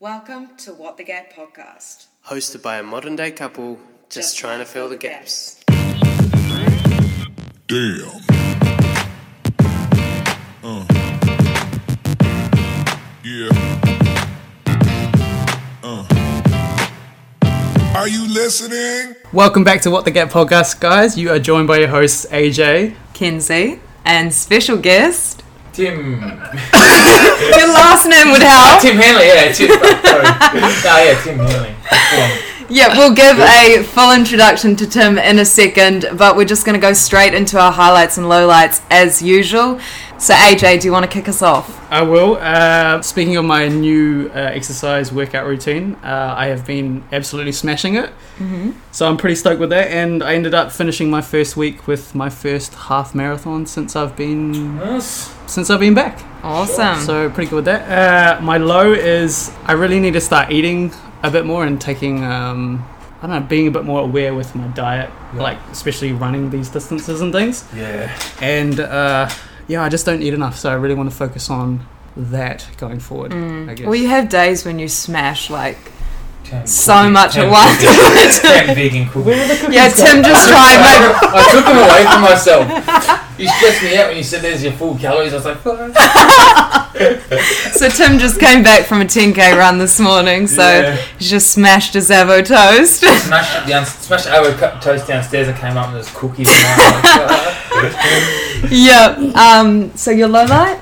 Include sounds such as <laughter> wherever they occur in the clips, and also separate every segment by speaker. Speaker 1: Welcome to What the Gap podcast.
Speaker 2: hosted by a modern day couple just, trying to fill the gaps.
Speaker 3: Damn. Uh. Yeah. Uh. Are you listening?
Speaker 4: Welcome back to What the Gap podcast, guys. You are joined by your hosts AJ,
Speaker 5: Kinsey, and special guest. <laughs>
Speaker 4: Tim,
Speaker 5: Your last name would help.
Speaker 4: Tim Hanley. Yeah, Tim. sorry. Oh yeah, Tim Hanley.
Speaker 5: Yeah, we'll give a full introduction to Tim in a second, but we're just going to go straight into our highlights and lowlights as usual. So, AJ, do you want to kick us off?
Speaker 4: I will. Uh, speaking of my new uh, exercise workout routine, uh, I have been absolutely smashing it. So I'm pretty stoked with that, and I ended up finishing my first week with my first half marathon since I've been since I've been back.
Speaker 5: Awesome.
Speaker 4: So pretty good with that. Uh, my low is I really need to start eating a bit more and taking um, I don't know being a bit more aware with my diet, like especially running these distances and things.
Speaker 6: Yeah.
Speaker 4: And uh, yeah, I just don't eat enough, so I really want to focus on that going forward. I
Speaker 5: Mm.
Speaker 4: guess.
Speaker 5: well, you have days when you smash like
Speaker 6: Damn
Speaker 5: so much at
Speaker 6: Damn
Speaker 5: once. <laughs>
Speaker 6: Damn vegan cookies.
Speaker 5: yeah, Tim just tried. Like,
Speaker 6: I took them away from myself. You stressed me out when you said there's your full calories. I was like, "Fuck."
Speaker 5: so Tim just came back from a 10k run this morning, so
Speaker 6: Yeah.
Speaker 5: he's just smashed his avo toast.
Speaker 6: smashed it down, smashed our cup of toast downstairs and came up and there's cookies.
Speaker 5: <laughs>
Speaker 6: And I was like, "Fuck."
Speaker 5: yeah. Um. So your low light.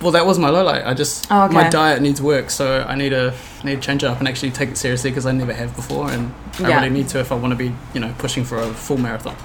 Speaker 4: well, that was my low light. I just
Speaker 5: Oh, okay.
Speaker 4: my diet needs work, so I need a need to change it up and actually take it seriously because I never have before, and I
Speaker 5: Yeah.
Speaker 4: really need to if I want to be you know pushing for a full marathon.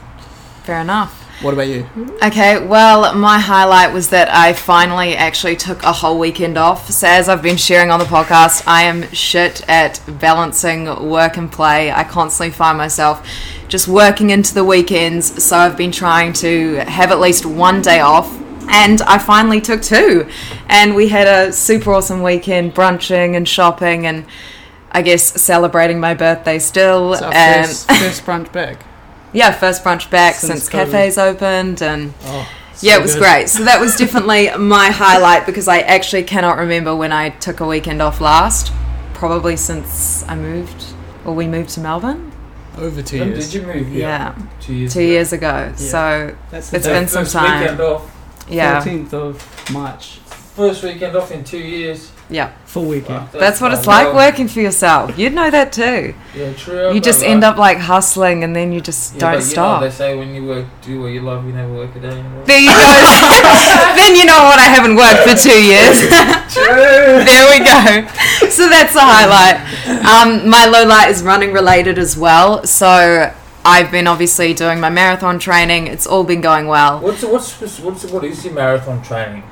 Speaker 5: Fair enough.
Speaker 4: What about you?
Speaker 5: Mm-hmm. Okay, well, my highlight was that I finally actually took a whole weekend off. So, as I've been sharing on the podcast, I am shit at balancing work and play. I constantly find myself just working into the weekends. So, I've been trying to have at least one day off and I finally took two. And we had a super awesome weekend brunching and shopping and I guess celebrating my birthday still.
Speaker 4: It's our
Speaker 5: Um,
Speaker 4: first, first brunch back.
Speaker 5: yeah, first brunch back
Speaker 4: Since
Speaker 5: since,
Speaker 4: COVID.
Speaker 5: cafes opened and
Speaker 4: <laughs> Oh,
Speaker 5: yeah,
Speaker 4: so
Speaker 5: it was
Speaker 4: good.
Speaker 5: great. So that was definitely my highlight because I actually cannot remember when I took a weekend off last. Probably since I moved or we moved to Melbourne.
Speaker 4: Over two
Speaker 6: When
Speaker 4: years.
Speaker 6: Did you move?
Speaker 5: Yeah,
Speaker 6: Two years.
Speaker 5: two
Speaker 6: ago.
Speaker 5: years ago. So
Speaker 4: That's
Speaker 5: the It's
Speaker 6: That
Speaker 5: been some
Speaker 6: first
Speaker 5: time.
Speaker 6: Weekend off.
Speaker 5: yeah,
Speaker 4: 14th of March.
Speaker 6: First weekend off in two years.
Speaker 5: yeah,
Speaker 4: Full weekend.
Speaker 6: Fuck,
Speaker 5: that's what
Speaker 6: not
Speaker 5: it's like
Speaker 6: well.
Speaker 5: working for yourself. You'd know that too.
Speaker 6: Yeah, true.
Speaker 5: You just end up like hustling and then you just don't
Speaker 6: they
Speaker 5: stop.
Speaker 6: say when you work, do what you love, you never work a day. in a row.
Speaker 5: There you go. <laughs> then you know what I haven't worked for two years.
Speaker 6: True.
Speaker 5: there we go. So that's a highlight. Um, my low light is running related as well. So I've been obviously doing my marathon training. It's all been going well.
Speaker 6: What's what's what's what is your marathon training?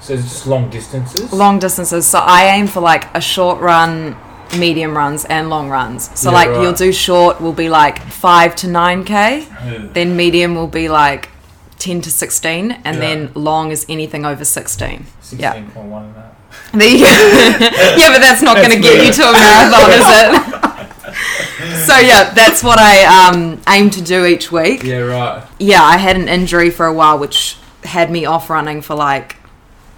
Speaker 6: So it's just long distances.
Speaker 5: Long distances. So I aim for like a short run, medium runs, and long runs. So
Speaker 6: Yeah,
Speaker 5: like
Speaker 6: right.
Speaker 5: you'll do short will be like five to nine k. Then medium will be like. 10 to 16 and
Speaker 6: Yeah.
Speaker 5: then long is anything over 16 yeah
Speaker 6: Sixteen point one.
Speaker 5: There you go. <laughs> yeah, but that's not going to get you to a marathon, is it? so yeah, that's what I um, aim to do each week.
Speaker 6: Yeah, right.
Speaker 5: Yeah, I had an injury for a while, which had me off running for like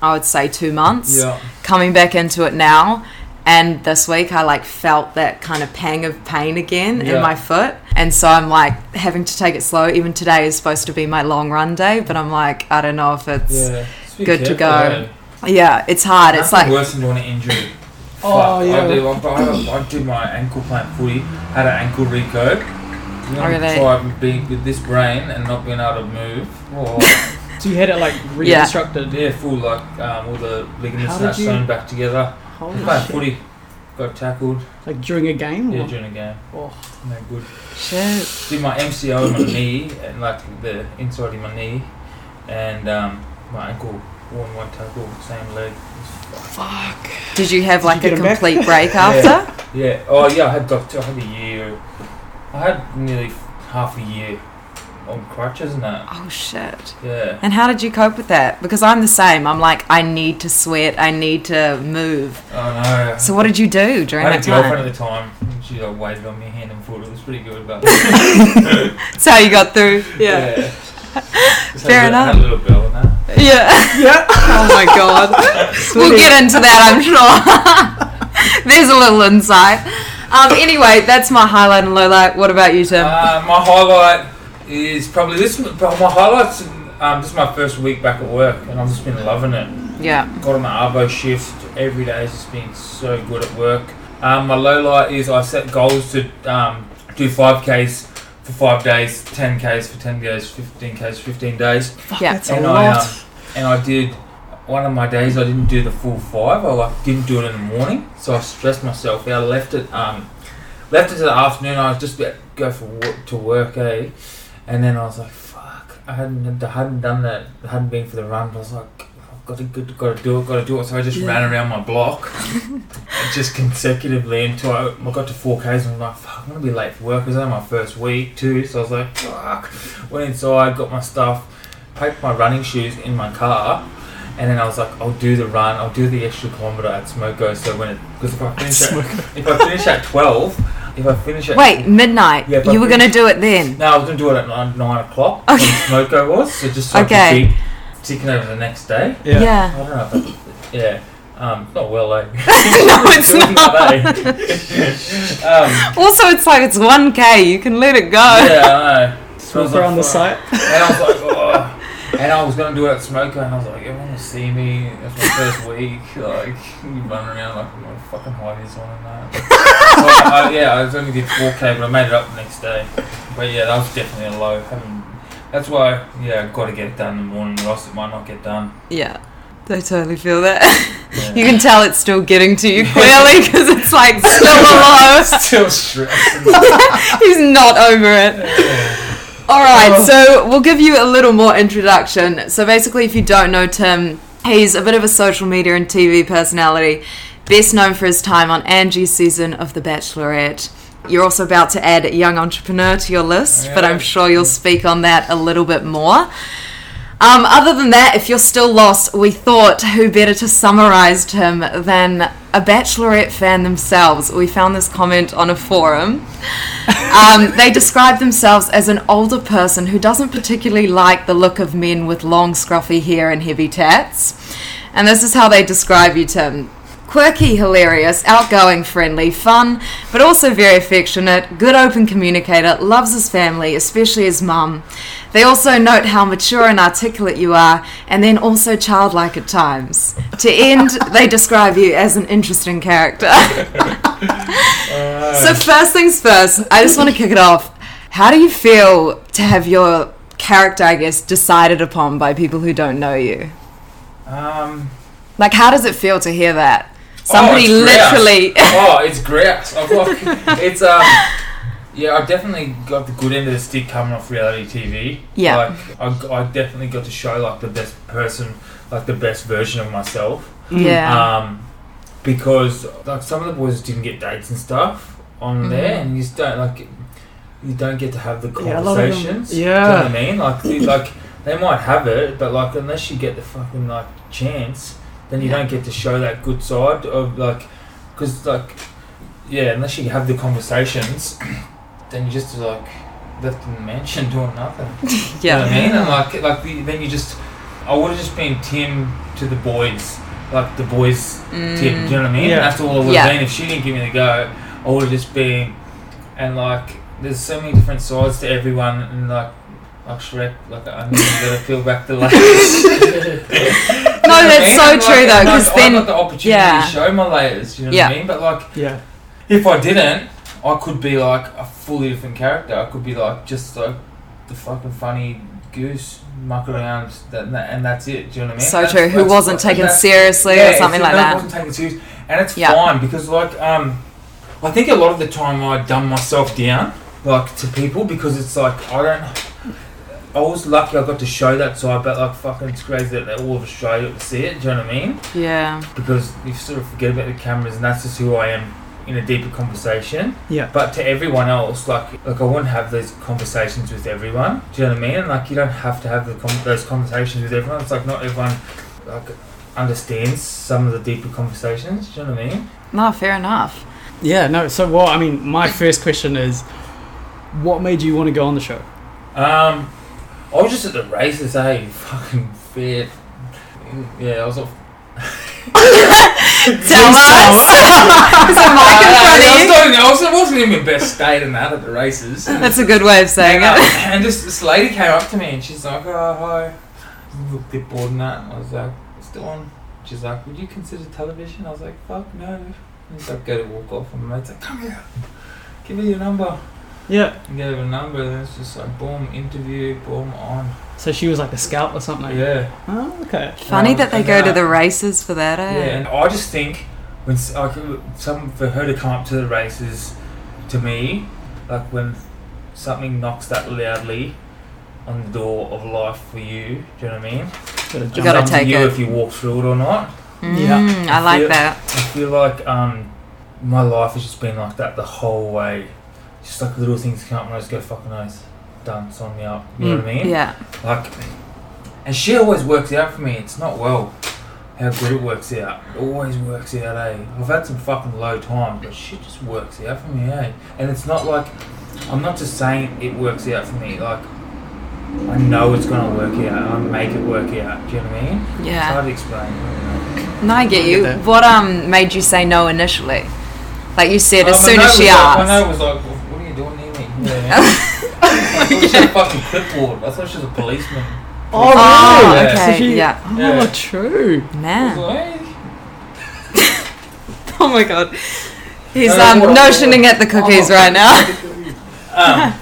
Speaker 5: I would say two months.
Speaker 6: Yeah.
Speaker 5: Coming back into it now, and this week I like felt that kind of pang of pain again
Speaker 6: Yeah.
Speaker 5: in my foot, and so I'm like having to take it slow. Even today is supposed to be my long run day, but I'm like I don't know if it's yeah,
Speaker 6: Yeah. Just be
Speaker 5: Good to
Speaker 6: careful,
Speaker 5: go.
Speaker 6: eh?
Speaker 5: it's hard. It's
Speaker 6: Nothing
Speaker 5: like
Speaker 6: worse than doing an injury.
Speaker 4: Oh,
Speaker 6: Fuck,
Speaker 4: yeah.
Speaker 6: I do. I, I, I do my ankle playing footy. Had an ankle recurve. You know,
Speaker 5: Oh, really?
Speaker 6: Try being with this brain and not being able to move.
Speaker 5: <laughs>
Speaker 6: Oh,
Speaker 4: So you had it like reconstructed.
Speaker 6: yeah, full like um, all the ligaments
Speaker 4: How
Speaker 6: and that
Speaker 4: did you-
Speaker 6: sewn back together.
Speaker 4: Holy
Speaker 6: Playing
Speaker 4: shit.
Speaker 6: footy. Got tackled.
Speaker 4: Like during a game?
Speaker 6: Yeah,
Speaker 4: Or?
Speaker 6: during a game.
Speaker 4: Oh.
Speaker 6: No good.
Speaker 5: shit.
Speaker 6: did my MCO in my knee and like the inside of my knee and um, my ankle worn one tackle same leg
Speaker 5: Did you have like
Speaker 4: you
Speaker 5: a
Speaker 4: get 'em back?
Speaker 5: complete break after?
Speaker 6: <laughs> yeah oh yeah I had got I had a year I had nearly half a year on crutches and that
Speaker 5: Oh shit.
Speaker 6: yeah
Speaker 5: And how did you cope with that? Because I'm the same. I'm like, I need to sweat, I need to move.
Speaker 6: oh no
Speaker 5: So what did you do
Speaker 6: I
Speaker 5: during
Speaker 6: had
Speaker 5: that
Speaker 6: a girlfriend
Speaker 5: time?
Speaker 6: at the time and she like waited on me hand and foot it was pretty
Speaker 5: <laughs>
Speaker 6: good but
Speaker 5: That's how you got through.
Speaker 6: Just
Speaker 5: <laughs> Fair
Speaker 6: had a,
Speaker 5: enough.
Speaker 6: had a little bell and that
Speaker 5: <laughs> Yeah.
Speaker 4: Oh my god.
Speaker 5: we'll get into that, I'm sure. <laughs> There's a little insight. Um, anyway, that's my highlight and lowlight. What about you, Tim?
Speaker 6: Uh, my highlight is probably this. My highlights. Um, this is my first week back at work, and I've just been loving it.
Speaker 5: yeah.
Speaker 6: Got on my Arvo shift every day. It's just been so good at work. Um, my low light is I set goals to um, do five Ks for five days, ten Ks for ten days, fifteen Ks for fifteen days.
Speaker 5: Yeah.
Speaker 4: That's a
Speaker 6: and I
Speaker 4: lot.
Speaker 6: um, and I did one of my days. I didn't do the full five. I like didn't do it in the morning, so I stressed myself out. I left it um, left it to the afternoon. I was just about to go for wo- to work, eh? And then I was like, fuck, I hadn't I hadn't done that. I hadn't been for the run. But I was like, I've got to good, got to do it, got to do it. So I just ran around my block just consecutively until I, I got to four Ks and I'm like, fuck, I'm gonna be late for work. It was only my first week too, so I was like, fuck. Went inside, got my stuff, packed my running shoes in my car, and then I was like, I'll do the run, I'll do the extra kilometer at Smoko. So when it, because if I finish at, if I finish at twelve, if I finish at
Speaker 5: Wait, midnight.
Speaker 6: Yeah, but
Speaker 5: you were
Speaker 6: we-
Speaker 5: going to do it then.
Speaker 6: no, I was gonna do it at nine, nine o'clock.
Speaker 5: Okay.
Speaker 6: When Smoko was so just so I
Speaker 5: Okay.
Speaker 6: could be ticking over the next day.
Speaker 4: Yeah.
Speaker 6: I don't know, if I, yeah. Um, not well, eh?
Speaker 5: <laughs> no, it's not.
Speaker 6: <laughs> um,
Speaker 5: Also, it's like it's 1K. You can let it go.
Speaker 6: yeah, I know. So I was
Speaker 4: We're
Speaker 6: like,
Speaker 4: on the
Speaker 6: "Fuck."
Speaker 4: site.
Speaker 6: And I was like, oh. And I was going to do it at Smoker, and I was like, everyone will see me. It's my first week. <laughs> Like, you run around like, I'm going to fucking hide this one and that. <laughs> so, I, yeah, I was only did 4K, but I made it up the next day. But yeah, that was definitely a low. Having, that's why, yeah, I've got to get it done in the morning, or else it might not get done.
Speaker 5: Yeah, I totally feel that. <laughs>
Speaker 6: Yeah.
Speaker 5: you can tell it's still getting to you clearly because it's like still alive.
Speaker 6: Still stressed.
Speaker 5: <laughs> He's not over it. All right, so we'll give you a little more introduction. So basically, if you don't know Tim, he's a bit of a social media and TV personality, best known for his time on Angie's season of The Bachelorette. You're also about to add Young Entrepreneur to your list, but I'm
Speaker 6: Yeah.
Speaker 5: sure you'll speak on that a little bit more. Um, other than that, if you're still lost, we thought who better to summarise him than a Bachelorette fan themselves. We found this comment on a forum. Um, they describe themselves as an older person who doesn't particularly like the look of men with long, scruffy hair and heavy tats. And this is how they describe you, Tim. Quirky, hilarious, outgoing, friendly, fun, but also very affectionate, good open communicator, loves his family, especially his mum. They also note how mature and articulate you are, and then also childlike at times. To end, they describe you as an interesting character. so, first things first, I just want to kick it off. How do you feel to have your character, I guess, decided upon by people who don't know you?
Speaker 6: Um,
Speaker 5: Like, how does it feel to hear that? Somebody
Speaker 6: oh, it's grouse.
Speaker 5: literally. <laughs>
Speaker 6: oh, it's grouse. I've got, it's um, yeah, I definitely got the good end of the stick coming off reality TV.
Speaker 5: Yeah.
Speaker 6: like I, I definitely got to show like the best person, like the best version of myself.
Speaker 5: <laughs> yeah.
Speaker 6: Um, because like some of the boys didn't get dates and stuff on
Speaker 4: Mm-hmm.
Speaker 6: there, and you just don't like, you don't get to have the
Speaker 4: Yeah, a lot of them-
Speaker 6: conversations.
Speaker 4: yeah.
Speaker 6: do you know what I mean? Like, the, like they might have it, but like unless you get the fucking like chance, then you don't get to show that good side of like, because like, yeah, unless you have the conversations, <clears throat> then you just like left in the mansion <laughs> doing nothing. You know
Speaker 5: yeah.
Speaker 6: what I mean? And like, like the, then you just, I would have just been Tim to the boys, like the boys
Speaker 5: Mm.
Speaker 6: Tim. Do you know what I mean?
Speaker 4: Yeah.
Speaker 6: That's all I would
Speaker 5: Yeah.
Speaker 6: have been if she didn't give me the go. I would have just been, and like, there's so many different sides to everyone, and like, like Shrek, like I'm gonna
Speaker 5: <laughs>
Speaker 6: peel back the layers. no,
Speaker 5: No, that's so true though, because
Speaker 6: I got
Speaker 5: then.
Speaker 6: the opportunity
Speaker 5: yeah.
Speaker 6: to show my layers. You know
Speaker 5: Yeah.
Speaker 6: what I mean? But like
Speaker 4: Mm. Yeah.
Speaker 6: if I didn't, I could be like a fully different character. I could be like just like the fucking funny goose muck around, that, that, and that's it. Do you know what I mean?
Speaker 5: So
Speaker 6: That's-
Speaker 5: true. Who
Speaker 6: that's-
Speaker 5: wasn't taken
Speaker 6: that's-
Speaker 5: seriously or
Speaker 6: yeah,
Speaker 5: something like
Speaker 6: it's- no,
Speaker 5: that.
Speaker 6: Wasn't taken serious, and it's
Speaker 5: Yeah.
Speaker 6: fine because like um, I think a lot of the time I dumb myself down like to people because it's like I don't. I was lucky I got to show that side, but like fucking it's crazy that all of Australia got to see it. Do you know what I mean?
Speaker 5: Yeah.
Speaker 6: because you sort of forget about the cameras and that's just who I am in a deeper conversation.
Speaker 4: Yeah.
Speaker 6: But to everyone else, like like I wouldn't have those conversations with everyone. Do you know what I mean? And like you don't have to have the com- those conversations with everyone. It's like not everyone like understands some of the deeper conversations. Do you know what I mean?
Speaker 5: No, fair enough.
Speaker 4: Yeah, no. So, well, I mean, my first question is what made you want to go on the show?
Speaker 6: Um, I was just at the races, eh? Fucking fair. Yeah, I was off.
Speaker 5: Tell us. <laughs> Is a mic
Speaker 6: <laughs>
Speaker 5: in front of
Speaker 6: I, was
Speaker 5: you?
Speaker 6: not, I was- I wasn't in my best state in that at the races.
Speaker 5: That's a good way of saying
Speaker 6: And, uh,
Speaker 5: it.
Speaker 6: and this, this lady came up to me and she's like, oh, hi. I'm a little bit bored and that. I was like, it's still on. She's like, would you consider television? I was like, fuck no. And She's like, go to walk off. And my mate's like, come here. Give me your number.
Speaker 4: Yeah.
Speaker 6: And gave her a number and it's just like, boom, interview, boom, on.
Speaker 4: So she was like a scout or something.
Speaker 6: Yeah.
Speaker 4: Oh, okay.
Speaker 5: Funny that they
Speaker 6: And,
Speaker 5: go to
Speaker 6: uh,
Speaker 5: the races for that,
Speaker 6: Yeah,
Speaker 5: eh?
Speaker 6: and I just think when s- like, some for her to come up to the races, to me, like when something knocks that loudly on the door of life for you, do you know what I mean?
Speaker 5: You gotta
Speaker 6: It's up
Speaker 5: take
Speaker 6: you
Speaker 5: it.
Speaker 6: if you walk through it or not.
Speaker 5: Mm, I like
Speaker 6: Yeah.
Speaker 5: that.
Speaker 6: I feel like um, my life has just been like that the whole way. Just like little things come up and I just go fucking nice, done, sign me up. You know what I mean?
Speaker 5: Mm, Yeah.
Speaker 6: Like, and she always works out for me. It's not well how good it works out. It always works out, eh? I've had some fucking low times, but shit just works out for me, eh? And it's not like I'm not just saying it works out for me. Like, I know it's gonna work out. I make it work out. Do you know what I mean? It's
Speaker 5: Yeah.
Speaker 6: hard to explain.
Speaker 5: No, I get you.
Speaker 4: that.
Speaker 5: What um made you say no initially? Like you said, as
Speaker 6: Um,
Speaker 5: soon
Speaker 6: I know
Speaker 5: as
Speaker 6: it
Speaker 5: she
Speaker 6: was like- I know
Speaker 5: asked.
Speaker 6: it was like, what are you doing here, mate? You know what I mean? I thought she had a fucking clipboard. I thought she was a policeman.
Speaker 4: Oh,
Speaker 5: Oh,
Speaker 4: really?
Speaker 5: okay.
Speaker 4: So she-
Speaker 5: yeah.
Speaker 4: Oh,
Speaker 6: Yeah.
Speaker 4: true.
Speaker 6: I was <laughs>
Speaker 5: Man.
Speaker 6: like, "Hey."
Speaker 5: Oh my god. He's
Speaker 6: No, Oh,
Speaker 5: um
Speaker 6: what-
Speaker 5: notioning at the cookies right <laughs> now.
Speaker 6: Um,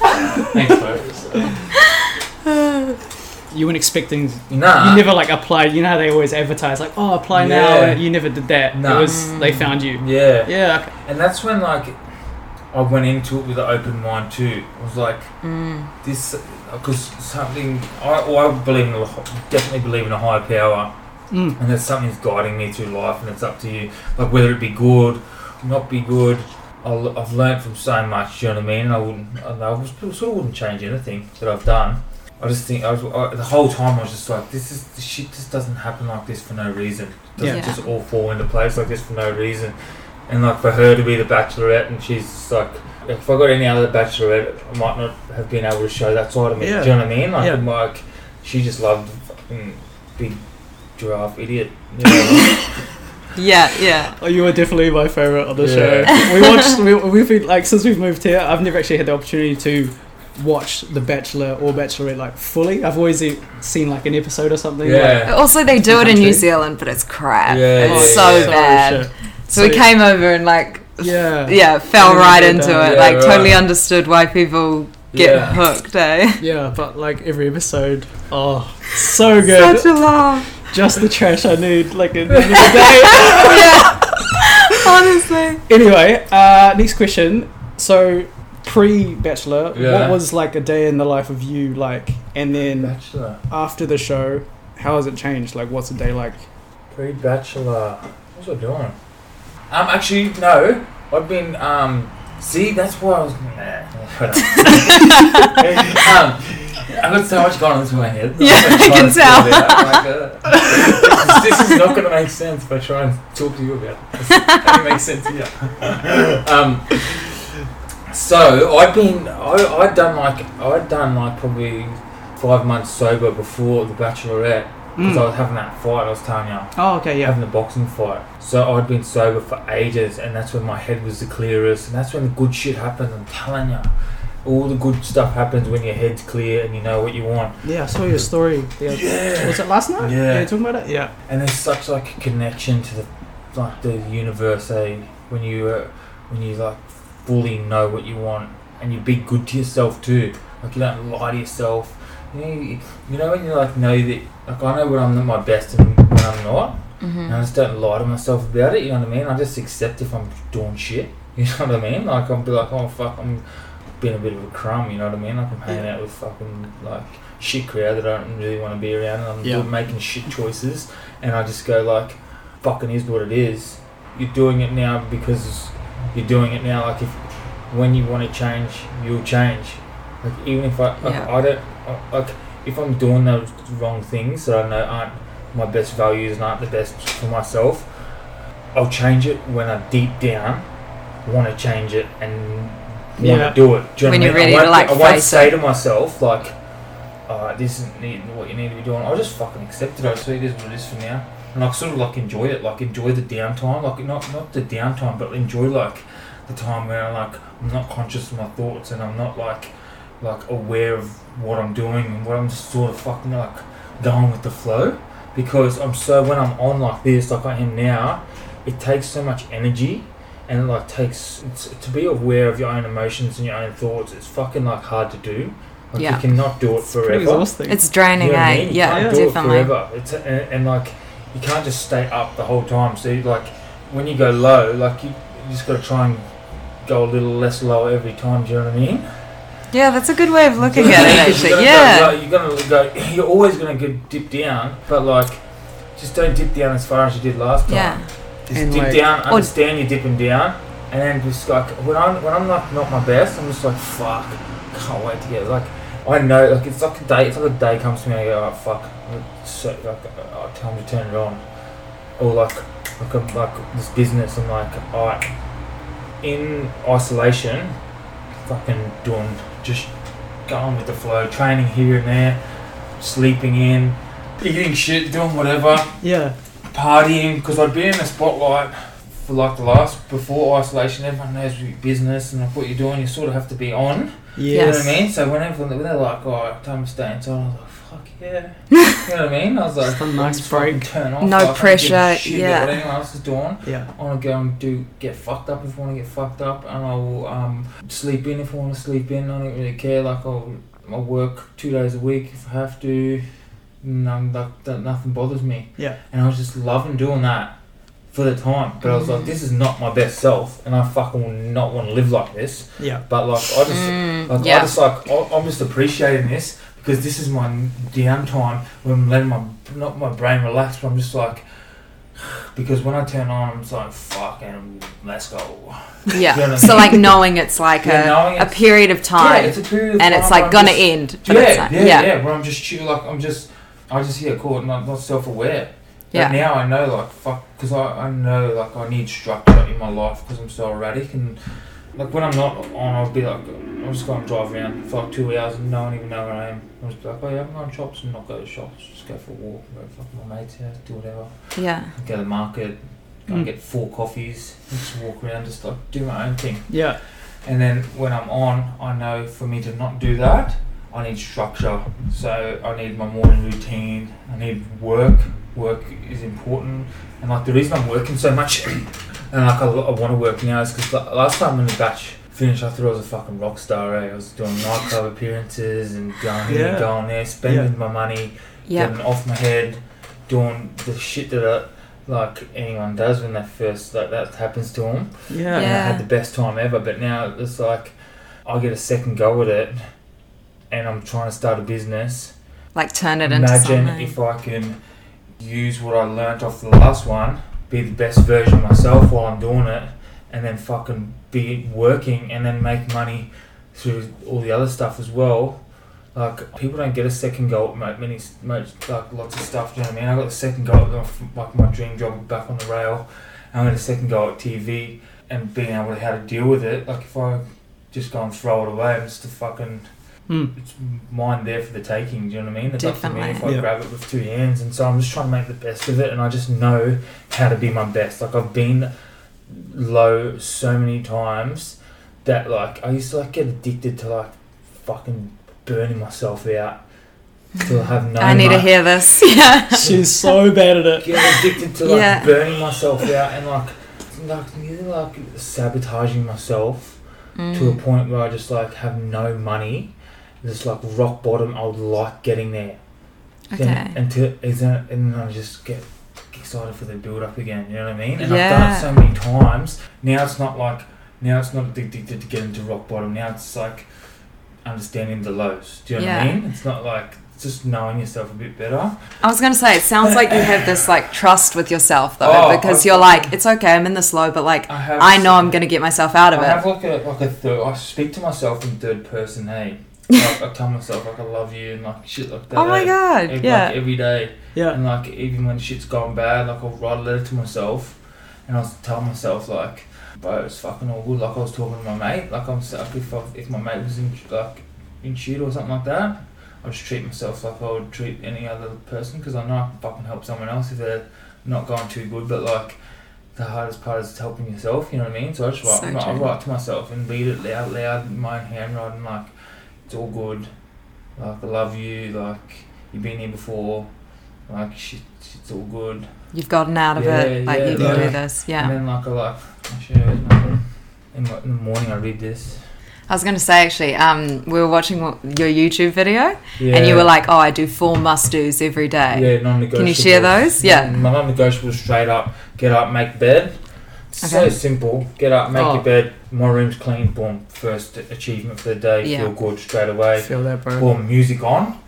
Speaker 6: thanks, folks.
Speaker 4: You weren't expecting.
Speaker 6: Nah.
Speaker 4: You never like applied. You know how they always advertise like, "Oh, apply now."
Speaker 6: Uh. Yeah.
Speaker 4: and You never did that.
Speaker 6: Nah. Mm.
Speaker 4: It was they found you.
Speaker 6: Yeah.
Speaker 4: Yeah. okay.
Speaker 6: And that's when, like, I went into it with an open mind, too. I was like,
Speaker 5: Mm.
Speaker 6: this, because something, I, well, I believe in, a h- definitely believe in a higher power.
Speaker 4: Mm.
Speaker 6: And that something's guiding me through life, and it's up to you. Like, whether it be good, not be good. I'll, I've learned from so much, you know what I mean? I wouldn't, I, I was, sort of wouldn't change anything that I've done. I just think I was I, the whole time I was just like, this is this shit just doesn't happen like this for no reason. It doesn't
Speaker 5: Yeah.
Speaker 6: just all fall into place like this for no reason. And like for her to be the bachelorette, and she's just like, if I got any other bachelorette, I might not have been able to show that side of me. Do you know what I mean? Like,
Speaker 4: Yeah.
Speaker 6: I'm like she just loved the fucking big
Speaker 4: <laughs>
Speaker 6: giraffe idiot. You know?
Speaker 5: Yeah, yeah.
Speaker 4: Oh, you were definitely my favorite on the
Speaker 6: Yeah.
Speaker 4: show. We watched. We, we've been like since we've moved here. I've never actually had the opportunity to watch The Bachelor or Bachelorette like fully. I've always e- seen like an episode or something. like- oh,
Speaker 6: yeah.
Speaker 5: Also, they do it in
Speaker 4: Country.
Speaker 5: New Zealand, but it's crap.
Speaker 6: Yeah,
Speaker 5: it's
Speaker 6: yeah,
Speaker 5: so
Speaker 6: yeah.
Speaker 5: bad.
Speaker 4: shit.
Speaker 5: So we
Speaker 4: So-
Speaker 5: came over and like,
Speaker 4: Yeah.
Speaker 5: yeah, fell
Speaker 4: Yeah,
Speaker 5: right
Speaker 4: yeah,
Speaker 5: into
Speaker 4: yeah,
Speaker 5: it. Like,
Speaker 6: right.
Speaker 5: totally understood why people get
Speaker 6: Yeah.
Speaker 5: hooked. Eh?
Speaker 4: Yeah, but like every episode, oh, so good.
Speaker 5: <laughs> Such a laugh.
Speaker 4: Just the trash I need, like at the end of the day.
Speaker 5: yeah. Honestly.
Speaker 4: anyway, uh, next question. So, pre Bachelor,
Speaker 6: Yeah.
Speaker 4: what was like a day in the life of you like? And then
Speaker 6: Bachelor,
Speaker 4: after the show, how has it changed? Like, what's a day like?
Speaker 6: pre-bachelor. What's I doing? Um, actually, no. I've been um. See, that's why I was.
Speaker 5: <laughs>
Speaker 6: Nah. um, I got so much going on into my head.
Speaker 5: Yeah,
Speaker 6: I'm
Speaker 5: I can
Speaker 6: trying to
Speaker 5: tell.
Speaker 6: sort it out. Like, uh, this is not going to make sense if I try and talk to you about it. It doesn't make sense here. um, so I've been. I I'd done like I'd done like probably five months sober before the Bachelorette
Speaker 5: Hmm.
Speaker 6: because I was having that fight. I was telling you
Speaker 4: Oh, okay, yeah.
Speaker 6: having a boxing fight. So I'd been sober for ages, and that's when my head was the clearest, and that's when the good shit happened. I'm telling you, all the good stuff happens when your head's clear and you know what you want.
Speaker 4: Yeah, I saw your story. The other,
Speaker 6: Yeah.
Speaker 4: Was it last night?
Speaker 6: Yeah.
Speaker 4: you talking about it? Yeah.
Speaker 6: And there's such like a connection to the like the universe, eh? When you uh, when you like fully know what you want, and you be good to yourself too. Like you don't lie to yourself. You know, you, you know when you like know that. Like I know when I'm at my best and when I'm not.
Speaker 5: Mm.
Speaker 6: And I just don't lie to myself about it, you know what I mean? I just accept if I'm doing shit, <laughs> you know what I mean? Like, I'm be like, oh fuck, I'm being a bit of a crumb, you know what I mean? Like, I'm hanging out with fucking, like, shit crowd that I don't really want to be around, and I'm
Speaker 4: Yeah.
Speaker 6: doing, making shit choices, and I just go, like, fucking is what it is. You're doing it now because you're doing it now, like, if when you want to change, you'll change. Like, even if I, like,
Speaker 5: Yeah.
Speaker 6: I don't, I- like, if I'm doing those wrong things that I know aren't my best values and aren't the best for myself, I'll change it when I deep down want to change it and want
Speaker 4: Yeah.
Speaker 6: to do it. Do you
Speaker 5: When
Speaker 6: know
Speaker 5: you're
Speaker 6: what I
Speaker 5: ready
Speaker 6: mean?
Speaker 5: to,
Speaker 6: I won't,
Speaker 5: like,
Speaker 6: I won't
Speaker 5: face
Speaker 6: say
Speaker 5: it.
Speaker 6: to myself "Oh, like, "Alright, this isn't need- what you need to be doing." I'll just fucking accept it. I'll see it is what it is for now. and I sort of like enjoyed it, like enjoy the downtime, like not not the downtime, but enjoy like the time where I'm like I'm not conscious of my thoughts and I'm not like like aware of what I'm doing and what I'm just sort of fucking like going with the flow because I'm so when I'm on like this, like I am now, it takes so much energy and it like takes it's, to be aware of your own emotions and your own thoughts. It's fucking like hard to do. Like
Speaker 5: Yeah.
Speaker 6: you cannot do it
Speaker 4: It's pretty
Speaker 6: forever.
Speaker 4: exhausting.
Speaker 5: It's draining,
Speaker 6: You know what I
Speaker 5: eh?
Speaker 6: mean? You
Speaker 5: Yeah,
Speaker 6: can't do it
Speaker 5: definitely.
Speaker 6: forever. It's and, and like you can't just stay up the whole time. So you, like when you go low, like you, you just got to try and go a little less low every time. Do you know what I mean?
Speaker 5: Yeah, that's a good way of
Speaker 6: <laughs>
Speaker 5: looking at it,
Speaker 6: Because
Speaker 5: actually.
Speaker 6: you're gonna go
Speaker 5: Yeah.
Speaker 6: low, you're gonna go. You're always gonna go dip down, but like just don't dip down as far as you did last time.
Speaker 5: Yeah.
Speaker 6: Just
Speaker 4: And,
Speaker 6: dip
Speaker 4: like-
Speaker 6: down,
Speaker 5: Or-
Speaker 6: understand you're dipping down, and then just like when I'm when I'm like not my best, I'm just like fuck, can't wait to get like I know like it's like a day, it's like a day comes to me and I go oh fuck, I'm so like uh, I tell him to turn it on, or like like I'm like this business, I'm like alright, in isolation, fucking doing just going with the flow, training here and there, sleeping in, eating shit, doing whatever
Speaker 4: yeah.
Speaker 6: partying because I'd been in the spotlight for like the last before isolation. Everyone knows your business and like what you're doing. You sort of have to be on. You know
Speaker 5: Yes.
Speaker 6: what I mean? So when everyone when they're like, "Oh, time to stay inside," I was like, "Fuck
Speaker 4: <laughs>
Speaker 6: yeah!" you know what I mean? I was like,
Speaker 4: Just a nice
Speaker 6: "Just fucking
Speaker 4: break."
Speaker 6: Turn off.
Speaker 5: No
Speaker 6: like, I don't give a
Speaker 5: pressure,
Speaker 6: shit about
Speaker 5: yeah.
Speaker 6: What anyone else is doing.
Speaker 4: Yeah.
Speaker 6: I want to go and do get fucked up if I want to get fucked up, and I will um, sleep in if I want to sleep in. I don't really care. Like I'll, I'll work two days a week if I have to. None, like, that, nothing bothers me.
Speaker 4: Yeah.
Speaker 6: And I was just loving doing that for the time, but I was like, this is not my best self, and I fucking will not want to live like this.
Speaker 4: Yeah.
Speaker 6: But like, I just, like,
Speaker 5: Mm, yeah.
Speaker 6: I just like, I, I'm just appreciating this because this is my downtime when I'm letting my not my brain relax, but I'm just like. <sighs> Because when I turn on, I'm just like, fucking, let's go. You know what I
Speaker 5: Yeah.
Speaker 6: mean?
Speaker 5: So, like, knowing it's like
Speaker 6: Yeah,
Speaker 5: a,
Speaker 6: knowing
Speaker 5: a
Speaker 6: it's-
Speaker 5: period of
Speaker 6: Yeah,
Speaker 5: time
Speaker 6: it's a period of
Speaker 5: and it's
Speaker 6: time
Speaker 5: like
Speaker 6: where I'm
Speaker 5: gonna
Speaker 6: just-
Speaker 5: end. But it's
Speaker 6: Yeah,
Speaker 5: like,
Speaker 6: yeah, yeah, Where I'm just chill, like I'm just, I just get caught, not not self aware.
Speaker 5: Yeah.
Speaker 6: But now I know, like fuck, because I, I know like I need structure in my life because I'm so erratic and like when I'm not on, I'll be like I'm just going to drive around for like two hours and no one even know where I am. I'm just like, oh yeah, I'm going to shops and not go to shops, just go for a walk, go to fuck my mates, house, do whatever,
Speaker 5: Yeah.
Speaker 6: go to the market, go and
Speaker 4: Mm.
Speaker 6: get four coffees, just walk around, just like do my own thing.
Speaker 4: Yeah.
Speaker 6: And then when I'm on, I know for me to not do that, I need structure. So I need my morning routine. I need work. Work is important. And like the reason I'm working so much, <coughs> and like I, want to work now is because last time when the batch finished, I thought I was a fucking rock star. Eh? I was doing nightclub appearances and going here
Speaker 4: Yeah.
Speaker 6: and going there, spending my money,
Speaker 5: Yeah.
Speaker 6: getting off my head, doing the shit that uh like anyone does when they first like that happens to them
Speaker 4: Yeah.
Speaker 5: Yeah.
Speaker 6: and I had the best time ever. But now it's like I get a second go at it, and I'm trying to start a business.
Speaker 5: Like, turn it into
Speaker 6: Imagine
Speaker 5: something.
Speaker 6: if I can use what I learnt off the last one, be the best version of myself while I'm doing it, and then fucking be working and then make money through all the other stuff as well. Like people don't get a second go at mo- many, most, like lots of stuff. Do you know what I mean? I got the second go at my- like my dream job back on the rail. I got a second go at TV and being able to how to deal with it. Like if I just go and throw it away, I'm just a fucking
Speaker 4: Mm.
Speaker 6: it's mine there for the taking. Do you know what I mean? It's up to me if I
Speaker 4: Definitely. Yeah.
Speaker 6: grab it with two hands. And so I'm just trying to make the best of it. And I just know how to be my best. Like I've been low so many times that like I used to like get addicted to like fucking burning myself out till
Speaker 5: <laughs>
Speaker 6: I have no.
Speaker 5: I need to
Speaker 6: mo-
Speaker 5: hear this. <laughs> Yeah.
Speaker 4: <laughs> She's so bad at it.
Speaker 6: <laughs> Get addicted to like
Speaker 5: Yeah.
Speaker 6: burning myself out and like like nearly like sabotaging myself to
Speaker 5: Mm.
Speaker 6: a point where I just like have no money, just like rock bottom. I would like getting there.
Speaker 5: Okay.
Speaker 6: Then, until isn't and then I just get excited for the build up again. You know what I mean? And
Speaker 5: Yeah.
Speaker 6: I've done it so many times. Now it's not like now it's not addicted to getting to rock bottom. Now it's like understanding the lows. Do you know what
Speaker 5: Yeah.
Speaker 6: I mean? It's not like it's just knowing yourself a bit better.
Speaker 5: I was gonna say, it sounds like you have this like trust with yourself though,
Speaker 6: Oh,
Speaker 5: because
Speaker 6: I-
Speaker 5: you're like, it's okay, I'm in this low, but like,
Speaker 6: I have.
Speaker 5: I know I'm gonna get myself out of
Speaker 6: I have
Speaker 5: it.
Speaker 6: like a like a third. I speak to myself in third person.
Speaker 5: <laughs>
Speaker 6: Hey, like, I tell myself like I love you and like shit like that.
Speaker 5: Oh my
Speaker 6: eh?
Speaker 5: god,
Speaker 6: Ev- Like
Speaker 5: yeah,
Speaker 6: every day.
Speaker 4: Yeah.
Speaker 6: And like even when shit's gone bad, like I'll write a letter to myself and I'll tell myself like, bro, it's fucking all good. Like I was talking to my mate, like I'm so- like if, I, if my mate was in like in shit or something like that, I'd just treat myself like I would treat any other person because I know I can fucking help someone else if they're not going too good, but like the hardest part is helping yourself. You know what I mean? So I just write,
Speaker 5: So
Speaker 6: I
Speaker 5: true.
Speaker 6: write to myself and read it out loud in my own handwriting. Like it's all good. Like I love you. Like you've been here before. Like shit, it's all good.
Speaker 5: You've gotten out of
Speaker 6: Yeah,
Speaker 5: it. Like
Speaker 6: yeah,
Speaker 5: you can
Speaker 4: like-
Speaker 5: do this. Yeah.
Speaker 6: And then like I like oh, shit, where's my- in, my, in the morning I read this.
Speaker 5: I was going to say actually, um, we were watching what- your YouTube video,
Speaker 6: Yeah.
Speaker 5: and you were like, "Oh, I do four must dos every day."
Speaker 6: Yeah, non-negotiable.
Speaker 5: Can you share those? Yeah.
Speaker 6: My non-negotiable is straight up: get up, make bed. So
Speaker 5: Okay.
Speaker 6: simple. Get up, make
Speaker 4: Oh.
Speaker 6: your bed. My room's clean. Boom. First achievement for the day.
Speaker 5: Yeah.
Speaker 6: Feel good straight
Speaker 4: I
Speaker 6: away.
Speaker 4: feel that, bro.
Speaker 6: Boom. Music on.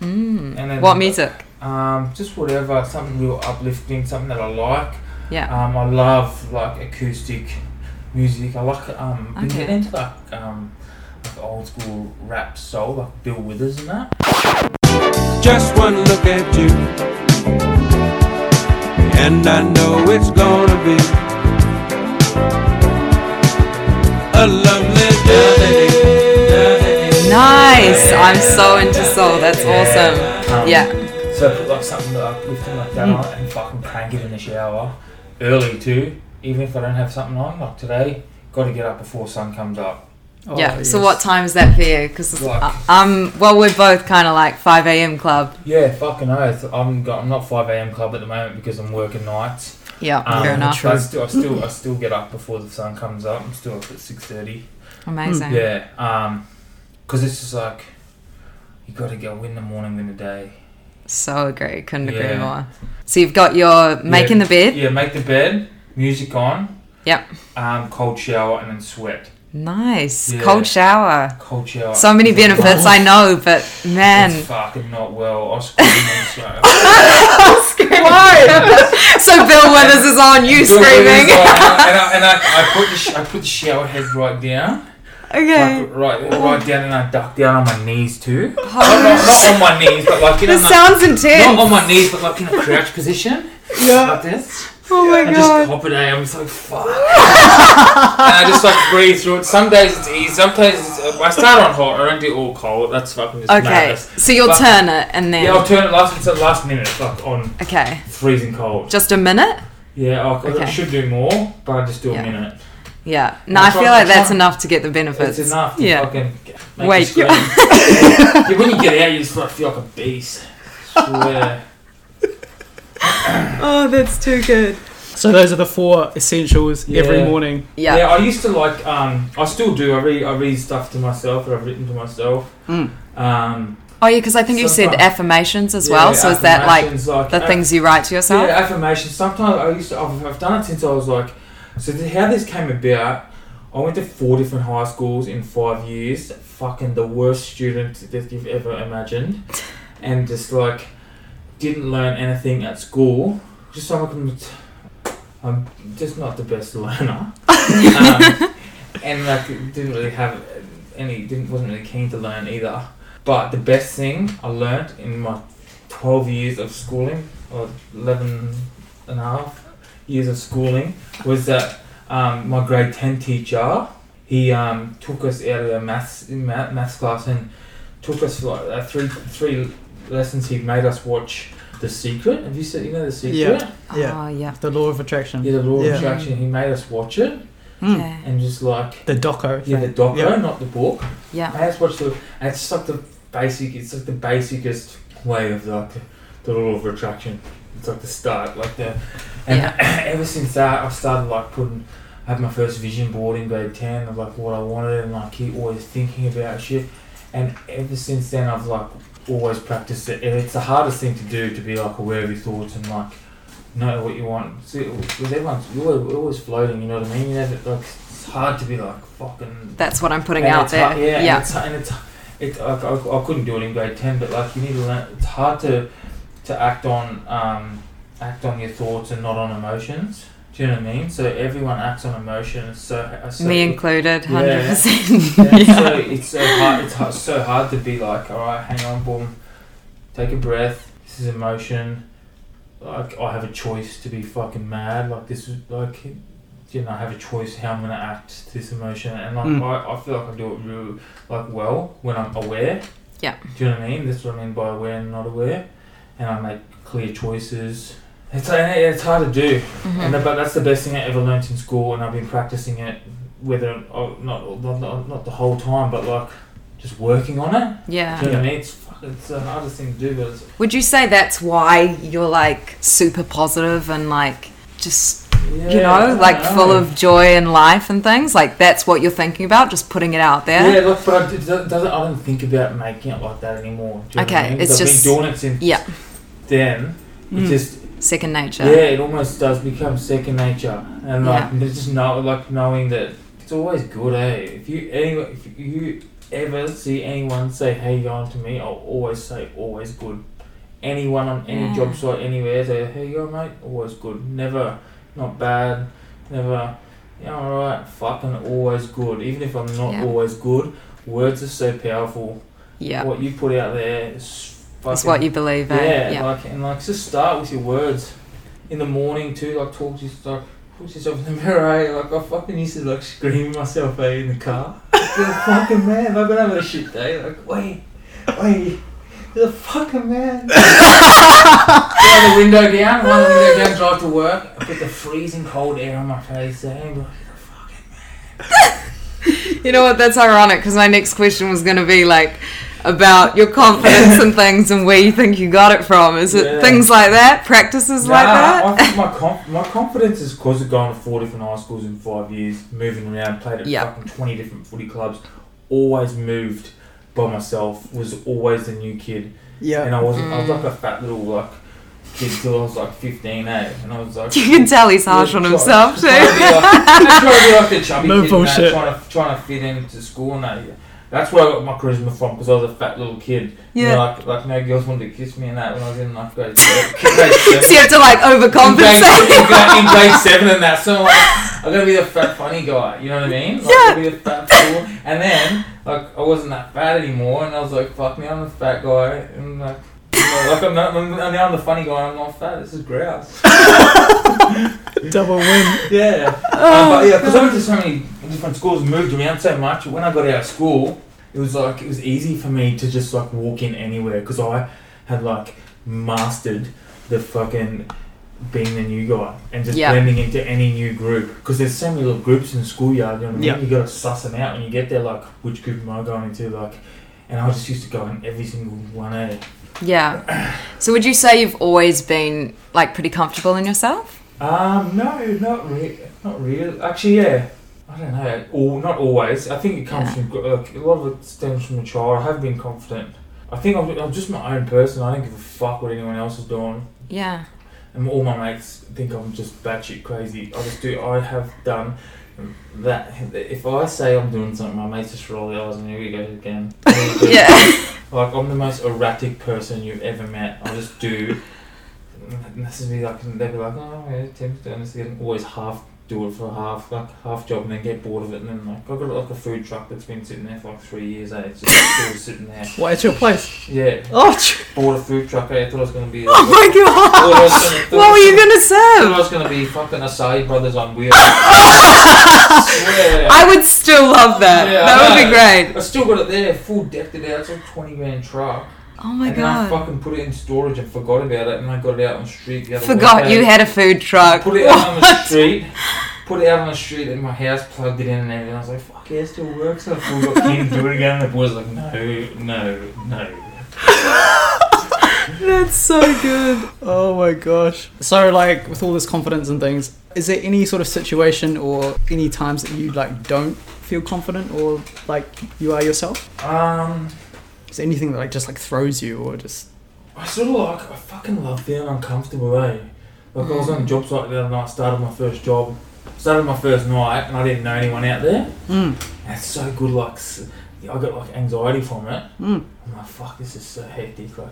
Speaker 5: Mm.
Speaker 6: And then
Speaker 5: What music?
Speaker 6: Um, just whatever. Something real uplifting. Something that I like.
Speaker 5: Yeah.
Speaker 6: Um, I love like acoustic music. I like um, been
Speaker 5: Okay.
Speaker 6: getting into like um, like old school rap soul, like Bill Withers and that.
Speaker 7: Just one look at you, and I know it's gonna be a lovely day.
Speaker 5: Nice. I'm so into soul. That's awesome.
Speaker 6: Um,
Speaker 5: Yeah.
Speaker 6: So put like something that I lift like that on and fucking crank it in the shower early too. Even if I don't have something on, like today, got to get up before sun comes up.
Speaker 4: Oh,
Speaker 5: Yeah. So
Speaker 4: yes.
Speaker 5: what time is that for you? Because
Speaker 6: Like-
Speaker 5: um, well, we're both kind of like 5 a.m. club.
Speaker 6: Yeah, fucking oath. I'm got, I'm not five a.m. club at the moment because I'm working nights.
Speaker 5: Yeah.
Speaker 6: Um,
Speaker 5: fair enough.
Speaker 6: But I still, I still, I still get up before the sun comes up. I'm still up at six thirty.
Speaker 5: Amazing.
Speaker 6: Yeah. Um, because it's just like you got to go in the morning, win the day.
Speaker 5: So agree. Couldn't agree
Speaker 6: Yeah.
Speaker 5: more. So you've got your making the bed.
Speaker 6: Yeah, make the bed, music on.
Speaker 5: Yep.
Speaker 6: Um, cold shower and then sweat.
Speaker 5: Nice.
Speaker 6: Yeah.
Speaker 5: Cold shower.
Speaker 6: Cold shower.
Speaker 5: So many benefits, I know, but man.
Speaker 6: It's <laughs> fucking not well. I was
Speaker 5: <laughs>
Speaker 6: screaming. so-
Speaker 5: so Bill Withers is on you
Speaker 6: Doing things
Speaker 5: screaming.
Speaker 6: like- and I, and I, I put the sh- I put the shower head right down,
Speaker 5: <laughs> Okay.
Speaker 6: like, right right down, and I duck down on my knees too.
Speaker 5: Oh.
Speaker 6: Not, not, not on my knees, but like you know,
Speaker 5: This
Speaker 6: like-
Speaker 5: sounds
Speaker 6: not on
Speaker 5: intense.
Speaker 6: my knees, but like in a crouch position, like this.
Speaker 5: Oh my
Speaker 6: I just
Speaker 5: god.
Speaker 6: hop it out. I'm just like fuck, and I just like breathe through it. Some days it's easy. Some days it's, uh, I start on hot. I don't do all cold. That's fucking just
Speaker 5: Okay.
Speaker 6: madness.
Speaker 5: So you'll
Speaker 6: But-
Speaker 5: turn it and
Speaker 6: Yeah, I'll
Speaker 5: then.
Speaker 6: turn it last. It's at last minute, like on
Speaker 5: Okay.
Speaker 6: freezing cold.
Speaker 5: Just a minute?
Speaker 6: Yeah, I, I
Speaker 5: Okay.
Speaker 6: should do more, but I just do a
Speaker 5: Yeah.
Speaker 6: minute.
Speaker 5: Yeah. No, I
Speaker 6: That's
Speaker 5: feel
Speaker 6: right,
Speaker 5: like
Speaker 6: that's
Speaker 5: that's
Speaker 6: right.
Speaker 5: enough to get the benefits.
Speaker 6: It's enough to
Speaker 5: Yeah.
Speaker 6: fucking make
Speaker 5: Wake
Speaker 6: you
Speaker 5: you
Speaker 6: scream. <laughs> yeah, when you get out, you just like feel like a beast. Swear.
Speaker 5: Oh, that's too good.
Speaker 4: So those are the four essentials every
Speaker 6: Yeah.
Speaker 4: morning.
Speaker 5: Yeah.
Speaker 6: Yeah, I used to like. Um, I still do. I read. I read stuff to myself that I've written to myself.
Speaker 4: Mm.
Speaker 6: Um,
Speaker 5: Oh, yeah, because I think you said
Speaker 6: Sometimes-
Speaker 5: affirmations as
Speaker 6: yeah,
Speaker 5: well. So is that like
Speaker 6: affirmations,
Speaker 5: the
Speaker 6: uh,
Speaker 5: things you write to yourself?
Speaker 6: Yeah, affirmations. Sometimes I used to. I've, I've done it since I was like. So th- how this came about? I went to four different high schools in five years. Fucking the worst student that you've ever imagined, and just like didn't learn anything at school. Just so I can. I'm just not the best learner, um, and like didn't really have any. Didn't wasn't really keen to learn either. But the best thing I learned in my 12 years of schooling, or 11 and a half years of schooling, was that um, my grade 10 teacher, he um, took us out of the maths, math, maths class and took us for like, uh, three, three lessons. He made us watch The Secret. Have you seen, you know The Secret?
Speaker 4: Yeah.
Speaker 5: Oh, yeah.
Speaker 4: The law of attraction.
Speaker 6: Yeah, The Law
Speaker 4: Yeah.
Speaker 6: of Attraction. He made us watch it
Speaker 4: Mm.
Speaker 5: Okay.
Speaker 6: and just like,
Speaker 4: The doco.
Speaker 6: yeah, the
Speaker 4: thing.
Speaker 6: doco,
Speaker 4: Yeah.
Speaker 6: not the book.
Speaker 5: Yeah.
Speaker 6: I just watched the. and It's just like the basic. It's like the basicest way of like the law of attraction. It's like the start, like the. And <clears throat> ever since that, I've started like putting. I had my first vision board in grade ten of like what I wanted and like keep always thinking about shit. And ever since then, I've like always practiced it. And it's the hardest thing to do to be like aware of your thoughts and like know what you want. See, with everyone's you're always- always floating. You know what I mean? You never like it's hard to be like fucking
Speaker 5: That's what I'm putting
Speaker 6: and
Speaker 5: out
Speaker 6: it's hard-
Speaker 5: there.
Speaker 6: yeah, And
Speaker 5: Yeah.
Speaker 6: it's, and it's it, I, I, I couldn't do it in grade ten, but like you need to learn. It's hard to to act on um, act on your thoughts and not on emotions. Do you know what I mean? So everyone acts on emotion. It's so, it's so
Speaker 5: Me included,
Speaker 6: Yeah.
Speaker 5: 100%. <laughs>
Speaker 6: yeah,
Speaker 5: Yeah.
Speaker 6: So it's so hard. It's hard, so hard to be like, all right, hang on, boom, take a breath. This is emotion. Like I have a choice to be fucking mad. Like this is like, you know, I have a choice how I'm gonna act to this emotion. And like
Speaker 4: Mm.
Speaker 6: I, I feel like I do it real like well when I'm aware.
Speaker 5: Yeah.
Speaker 6: Do you know what I mean? That's what I mean by aware and not aware. And I make clear choices. It's, yeah, it's hard to do,
Speaker 5: Mm-hmm.
Speaker 6: and but that's the best thing I ever learnt in school, and I've been practicing it, whether or not not, not, not the whole time, but like just working on it. Do
Speaker 5: Yeah.
Speaker 6: you know what I mean? It's fuck- it's the hardest thing to do, but it's,
Speaker 5: Would you say that's why you're like super positive and like just
Speaker 6: yeah,
Speaker 5: you
Speaker 6: I
Speaker 5: know
Speaker 6: don't
Speaker 5: like full
Speaker 6: know.
Speaker 5: of joy and life and things like that's what you're thinking about just putting it out there
Speaker 6: Yeah, look, but I, it doesn't, doesn't- I don't think about making it like that anymore. Do you know what I
Speaker 5: Okay,
Speaker 6: mean?
Speaker 5: it's
Speaker 6: 'Cause I've
Speaker 5: just-
Speaker 6: been doing it since
Speaker 5: Yeah. Hmm.
Speaker 6: then. It just
Speaker 5: second nature
Speaker 6: yeah, it almost does become second nature, and like there's just know like knowing that it's always good, eh? If you any if you ever see anyone say hey you on to me, I'll always say always good. Anyone on any
Speaker 5: Yeah.
Speaker 6: job site anywhere say hey you on, mate, always good. Never not bad. Never yeah alright. Fucking always good. Even if I'm not
Speaker 5: Yeah.
Speaker 6: always good, words are so powerful.
Speaker 5: yeah
Speaker 6: What you put out there is
Speaker 5: that's
Speaker 6: fucking
Speaker 5: what you believe eh?
Speaker 6: yeah, like and like just start with your words in the morning too. Like talk to yourself, like, talk to yourself in the mirror. Eh? Like I fucking used to like scream myself eh, in the car. You're a fucking man. I've been having a shit day. Like wait, wait. You're a fucking man. Throw the window down, run the window down, drive to work. I put the freezing cold air on my face. Eh? I'm like,
Speaker 5: You know what? That's ironic because my next question was going to be like about your confidence and things and where you think you got it from. Is it
Speaker 6: Yeah.
Speaker 5: things like that? Practices like
Speaker 6: Nah,
Speaker 5: that?
Speaker 6: I think my conf- my confidence is because of going to four different high schools in five years, moving around, played at
Speaker 5: Yeah.
Speaker 6: fucking twenty different footy clubs, always moved by myself, was always the new kid, and I was I
Speaker 5: Mm.
Speaker 6: was like a fat little like kid till I was like fifteen, eh? And I was like,
Speaker 5: You can tell he's harsh on
Speaker 6: Yeah,
Speaker 5: himself
Speaker 6: try-
Speaker 5: too.
Speaker 6: Just trying to be like the chubby
Speaker 4: No
Speaker 6: kid,
Speaker 4: bullshit.
Speaker 6: mate, trying to trying to fit into school and that. yeah. That's where I got my charisma from because I was a fat little kid. You know,
Speaker 5: Yeah.
Speaker 6: like, like no girls wanted to kiss me and that when I was in ninth grade. <laughs> grade seven.
Speaker 5: So you have to like
Speaker 6: In grade,
Speaker 5: overcompensate.
Speaker 6: in, grade, in grade seven and that. So like, I'm gonna be the fat funny guy. You know what I mean? Like, I'll be the fat fool. And then like I wasn't that fat anymore, and I was like, fuck me, I'm the fat guy, and like. you know, Like I'm not, I'm, I'm- now I'm the funny guy. I'm not fat. This is grouse.
Speaker 4: Double win.
Speaker 6: <laughs> Yeah, um, but yeah, because I went to so many different schools, moved around so much. When I got out of school, it was like it was easy for me to just like walk in anywhere because I had like mastered the fucking being the new guy and just
Speaker 5: Yeah.
Speaker 6: blending into any new group because there's so many little groups in the schoolyard. You know what I mean?
Speaker 4: Yeah.
Speaker 6: You gotta suss them out when you get there. Like, which group am I going into? Like, and I just used to go in every single one. A.
Speaker 5: <laughs> yeah. So would you say you've always been like pretty comfortable in yourself?
Speaker 6: Um, no, not re- not real. Actually, yeah. I don't know. All, not always. I think it comes
Speaker 5: Yeah.
Speaker 6: from gr- like, a lot of it stems from a child. I have been confident. I think I'm, I'm just my own person. I don't give a fuck what anyone else is doing.
Speaker 5: Yeah.
Speaker 6: And all my mates think I'm just batshit crazy. I just do. I have done that. If I say I'm doing something, my mates just roll their eyes and here we go again. Here we go
Speaker 5: Yeah. <laughs>
Speaker 6: like I'm the most erratic person you've ever met. I just do. And This is me like and they'd be like, oh yeah, Tim's doing this again. Always half do it for half like half job and then get bored of it and then like I've got like a food truck that's been sitting there for like three years. Eh? It's just still sitting there.
Speaker 4: What, at your place?
Speaker 6: Yeah,
Speaker 4: Oh, <laughs> ch-
Speaker 6: bought a food truck. Eh? I thought I was gonna be.
Speaker 5: Oh my
Speaker 6: thought I
Speaker 5: god.
Speaker 6: was gonna- thought I
Speaker 5: What were
Speaker 6: was
Speaker 5: you
Speaker 6: gonna-
Speaker 5: gonna
Speaker 6: Thought I
Speaker 5: serve?
Speaker 6: was gonna be fucking Asai Brothers on wheels. Swear.
Speaker 5: <laughs> I would still love that.
Speaker 6: Yeah, I
Speaker 5: that would be
Speaker 6: know.
Speaker 5: great.
Speaker 6: I still got it there, full decked it out. It's a twenty man truck.
Speaker 5: Oh my
Speaker 6: and then I
Speaker 5: god.
Speaker 6: fucking put it in storage and forgot about it, and I got it out on the street. The other
Speaker 5: Forgot
Speaker 6: way.
Speaker 5: you had a food truck.
Speaker 6: Put it out on the street. Put it out on the street at my house, plugged it in, and everything. I was like, "Fuck yeah, it still works." And I thought, "Look, "Can you do it again?" And the boys were like, "No, no, no."
Speaker 5: That's so good.
Speaker 4: Oh my gosh. So, like, with all this confidence and things, is there any sort of situation or any times that you, like, don't feel confident or, like, you are yourself?
Speaker 6: Um,
Speaker 4: Is there anything that, like, just, like, throws you or just.
Speaker 6: I sort of like I fucking love being uncomfortable, eh? Like I was on a
Speaker 5: Mm.
Speaker 6: job site the other night, started my first job, started my first night, and I didn't know anyone out there.
Speaker 4: Mm.
Speaker 6: That's so good. Like s- I got like anxiety from it.
Speaker 4: Mm.
Speaker 6: I'm like, fuck, this is so hectic. Like,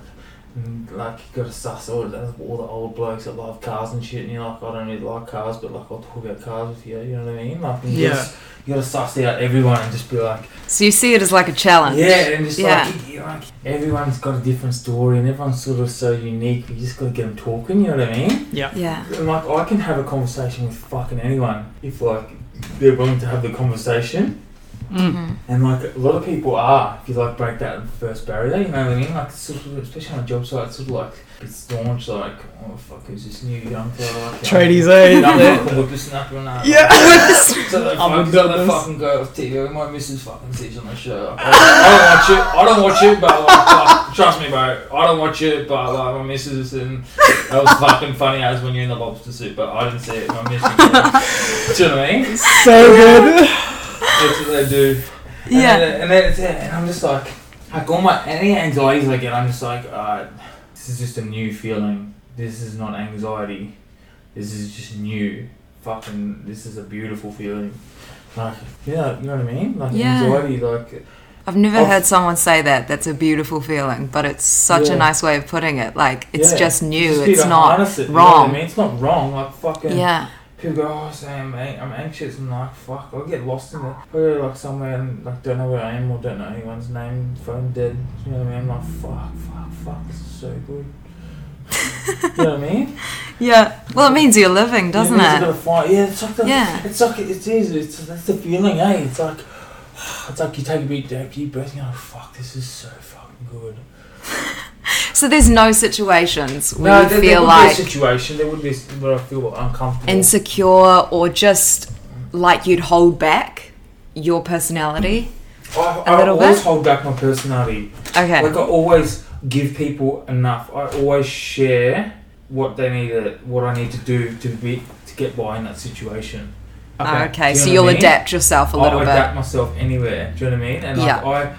Speaker 6: and, like you got to suss all, the- all the old blokes that love cars and shit, and you're like, I don't really like cars, but like I'll talk about cars with you. You know what I mean? Like, you
Speaker 4: Yeah.
Speaker 6: just- you got to suss out everyone and just be like.
Speaker 5: So you see it as like a challenge.
Speaker 6: Yeah, and it's
Speaker 5: Yeah.
Speaker 6: like, you- like everyone's got a different story and everyone's sort of so unique. You just got to get them talking. You know what I mean?
Speaker 5: Yeah.
Speaker 6: And like I can have a conversation with fucking anyone if like they're willing to have the conversation. And like a lot of people are, if you like break that first barrier, you know what I mean? Like, sort of, especially on job sites, sort of like a bit staunch, like, oh fuck, who's this new young fella? Like,
Speaker 4: Tradies,
Speaker 6: I'm
Speaker 4: eh?
Speaker 6: <laughs> fucking whippersnapper and that.
Speaker 4: yeah. <laughs>
Speaker 6: So they
Speaker 4: I'm
Speaker 6: fucking,
Speaker 4: a
Speaker 6: so they
Speaker 4: dumbass.
Speaker 6: fucking go off TV. My missus fucking sees on the show. Like, I don't watch it. I don't watch it, but like, fuck, trust me, bro. I don't watch it, but like my missus and that was fucking funny as when you're in the lobster soup, but I didn't see it. My missus. did. Do you know what I mean?
Speaker 4: So good.
Speaker 6: That's what they do. And
Speaker 5: Yeah.
Speaker 6: Then, and then it's it. And I'm just like, like all my any anxieties I get, I'm just like, uh, this is just a new feeling. This is not anxiety. This is just new. Fucking, this is a beautiful feeling. Like, yeah, you know what I mean? Like
Speaker 5: Yeah.
Speaker 6: anxiety, like
Speaker 5: I've never
Speaker 6: Of-
Speaker 5: heard someone say that. That's a beautiful feeling, but it's such
Speaker 6: Yeah.
Speaker 5: a nice way of putting it. Like it's
Speaker 6: yeah.
Speaker 5: just new.
Speaker 6: Just
Speaker 5: it's
Speaker 6: people
Speaker 5: not
Speaker 6: harness it, you know what
Speaker 5: wrong.
Speaker 6: I mean, it's not wrong. Like fucking.
Speaker 5: yeah.
Speaker 6: People go, oh Sam, mate, I'm anxious. I'm like, fuck, I'll get lost in it. I go like somewhere and like don't know where I am or don't know anyone's name, phone dead. You know what I mean? I'm like, fuck, fuck, fuck, this is so good. you know what
Speaker 5: <laughs>
Speaker 6: I mean?
Speaker 5: Yeah. Well, it means you're living, doesn't
Speaker 6: yeah,
Speaker 5: it?
Speaker 6: Gotta find, yeah, it's like the,
Speaker 5: Yeah.
Speaker 6: it's like it is. It's that's the feeling, eh? It's like <sighs> it's like you take a big deep, deep breath. and You're like, fuck, this is so fucking good.
Speaker 5: So there's no situations where
Speaker 6: No,
Speaker 5: you
Speaker 6: there, there
Speaker 5: feel
Speaker 6: would
Speaker 5: like
Speaker 6: be a situation. There would be s- where I feel uncomfortable.
Speaker 5: insecure or just like you'd hold back your personality.
Speaker 6: I,
Speaker 5: a
Speaker 6: I
Speaker 5: little
Speaker 6: always
Speaker 5: bit?
Speaker 6: hold back my personality.
Speaker 5: Okay.
Speaker 6: Like I always give people enough. I always share what they need, to, what I need to do to be to get by in that situation.
Speaker 5: Ah, okay.
Speaker 6: Do you
Speaker 5: so
Speaker 6: know
Speaker 5: you'll
Speaker 6: what I mean?
Speaker 5: adapt yourself a little
Speaker 6: I
Speaker 5: bit.
Speaker 6: adapt myself anywhere. Do you know what I mean? And like, I,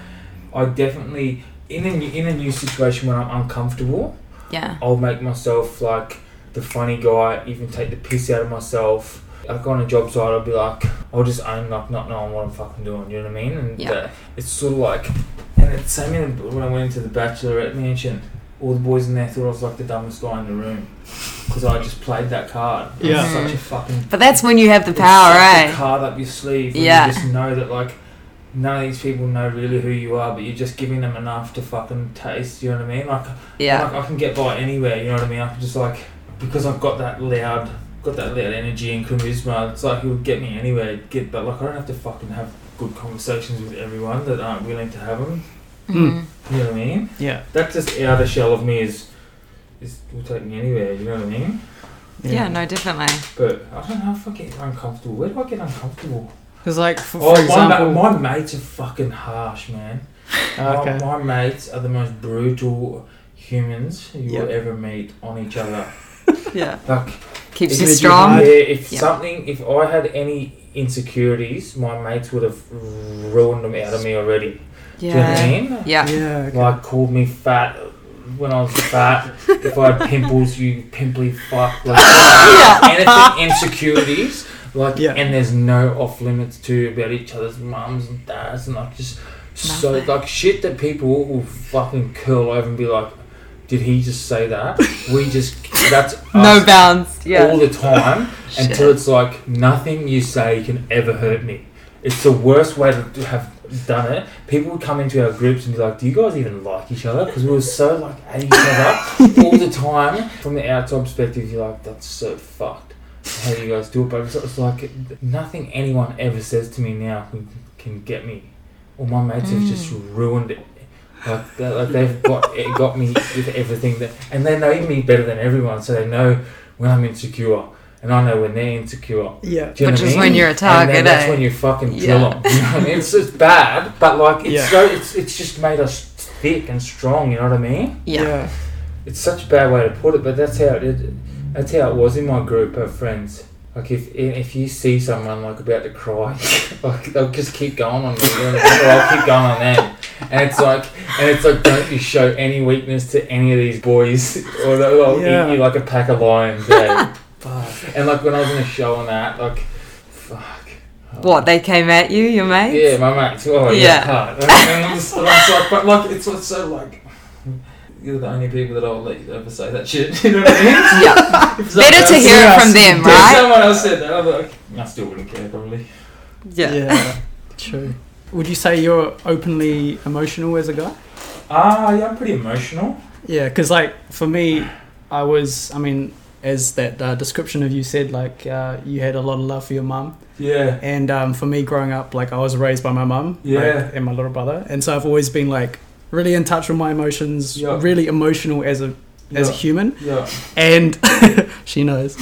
Speaker 6: I definitely in a new, in a new situation when I'm uncomfortable,
Speaker 5: Yeah.
Speaker 6: I'll make myself like the funny guy, even take the piss out of myself. Like on a job site, I'll be like, I'll just own like not knowing what I'm fucking doing. You know what I mean? And
Speaker 5: Yeah.
Speaker 6: uh, it's sort of like, and it's same in, when I went into the Bachelorette mansion. All the boys in there thought I was like the dumbest guy in the room because I just played that card. I'm
Speaker 4: Yeah.
Speaker 6: such a fucking
Speaker 5: But that's when you have the
Speaker 6: it's
Speaker 5: power,
Speaker 6: such a
Speaker 5: eh?
Speaker 6: Card up your sleeve. when
Speaker 5: Yeah.
Speaker 6: You just know that like none of these people know really who you are, but you're just giving them enough to fucking taste. You know what I mean? Like,
Speaker 5: Yeah.
Speaker 6: like I can get by anywhere. You know what I mean? I can just like because I've got that loud, got that loud energy and charisma. It's like it would get me anywhere. it'd Get but like I don't have to fucking have good conversations with everyone that aren't willing to have them.
Speaker 5: Mhm.
Speaker 6: You know what I mean?
Speaker 4: Yeah.
Speaker 6: That's just the outer shell of me is. Is, will take me anywhere, you know what I mean?
Speaker 5: Yeah, no, definitely.
Speaker 6: But I don't know if I get uncomfortable. Where do I get uncomfortable?
Speaker 4: Because like for,
Speaker 6: Oh,
Speaker 4: for
Speaker 6: my,
Speaker 4: example,
Speaker 6: ma- my mates are fucking
Speaker 4: <laughs>
Speaker 6: harsh, man.
Speaker 4: Okay.
Speaker 6: My, my mates are the most brutal humans you will ever meet on each other.
Speaker 5: Yeah.
Speaker 6: Like,
Speaker 5: Keeps
Speaker 6: if-
Speaker 5: you
Speaker 4: Maybe
Speaker 5: strong.
Speaker 6: Yeah, if
Speaker 5: Yeah.
Speaker 6: something, if I had any insecurities, my mates would have ruined them out of me already. Do
Speaker 5: Yeah.
Speaker 6: you know what I mean?
Speaker 5: <laughs> Yeah.
Speaker 4: yeah, okay.
Speaker 6: Like, called me fat when I was fat. if I had pimples, you pimply fuck. Like,
Speaker 5: <laughs>
Speaker 6: anything insecurities. Like,
Speaker 4: Yeah.
Speaker 6: and there's no off limits to about each other's mums and dads and like just so
Speaker 5: Nothing.
Speaker 6: like shit that people will fucking curl over and be like, did he just say that? We just that's
Speaker 5: <laughs> No
Speaker 6: us
Speaker 5: bounds.
Speaker 6: all
Speaker 5: Yeah.
Speaker 6: the time until
Speaker 5: Shit.
Speaker 6: it's like nothing you say can ever hurt me. It's the worst way to to have done it. People would come into our groups and be like, "Do you guys even like each other?" Because we were so like at each other all the time. From the outside perspective, you're like, "That's so fucked." How do you guys do it? But it's, it's like nothing anyone ever says to me now can, can get me. All my mates have just ruined it. Like, they- like they've got it got me with everything that, and they know me better than everyone, so they know when I'm insecure, and I know when they're insecure.
Speaker 4: yeah.
Speaker 6: Do you know
Speaker 5: Which
Speaker 6: what I
Speaker 5: is
Speaker 6: mean?
Speaker 5: when you're a target,
Speaker 6: And then that's
Speaker 5: eh?
Speaker 6: when you fucking
Speaker 5: Yeah.
Speaker 6: drill 'em, You know what I mean? It's just bad, but like it's
Speaker 4: Yeah.
Speaker 6: so it's it's just made us thick and strong. You know what I mean?
Speaker 5: Yeah.
Speaker 6: It's such a bad way to put it, but that's how it that's how it was in my group of friends. Like if if you see someone like about to cry, <laughs> like they'll just keep going on you, you know what I mean? or I'll keep going on them. And it's like and it's like don't you show any weakness to any of these boys, <laughs> or they'll
Speaker 4: Yeah.
Speaker 6: eat you like a pack of lions. eh? Fuck. And like when I was in a show on that, like fuck.
Speaker 5: What they came at you, your mate?
Speaker 6: Yeah, my mates. Oh, yeah.
Speaker 5: Yeah.
Speaker 6: hard. And I'm just, but, it's like, but like, it's what's so like. You're the only people that I'll let you ever say that shit. <laughs> You know what I mean?
Speaker 5: <laughs> Yeah.
Speaker 6: If someone
Speaker 5: Better to
Speaker 6: else-
Speaker 5: hear it from them,
Speaker 6: If
Speaker 5: right?
Speaker 6: someone else said that, I'd be like, I still wouldn't care probably.
Speaker 5: Yeah.
Speaker 4: Yeah, <laughs> true. Would you say you're openly emotional as a guy?
Speaker 6: Ah, yeah, I'm pretty emotional.
Speaker 4: Yeah, because like for me, I was. I mean, as that uh, description of you said, like uh, you had a lot of love for your mum.
Speaker 6: Yeah.
Speaker 4: And um, for me, growing up, like I was raised by my mum,
Speaker 6: Yeah.
Speaker 4: like, and my little brother, and so I've always been like really in touch with my emotions,
Speaker 6: Yeah.
Speaker 4: really emotional as a as a
Speaker 6: Yeah.
Speaker 4: human,
Speaker 6: Yeah.
Speaker 4: and <laughs> she knows.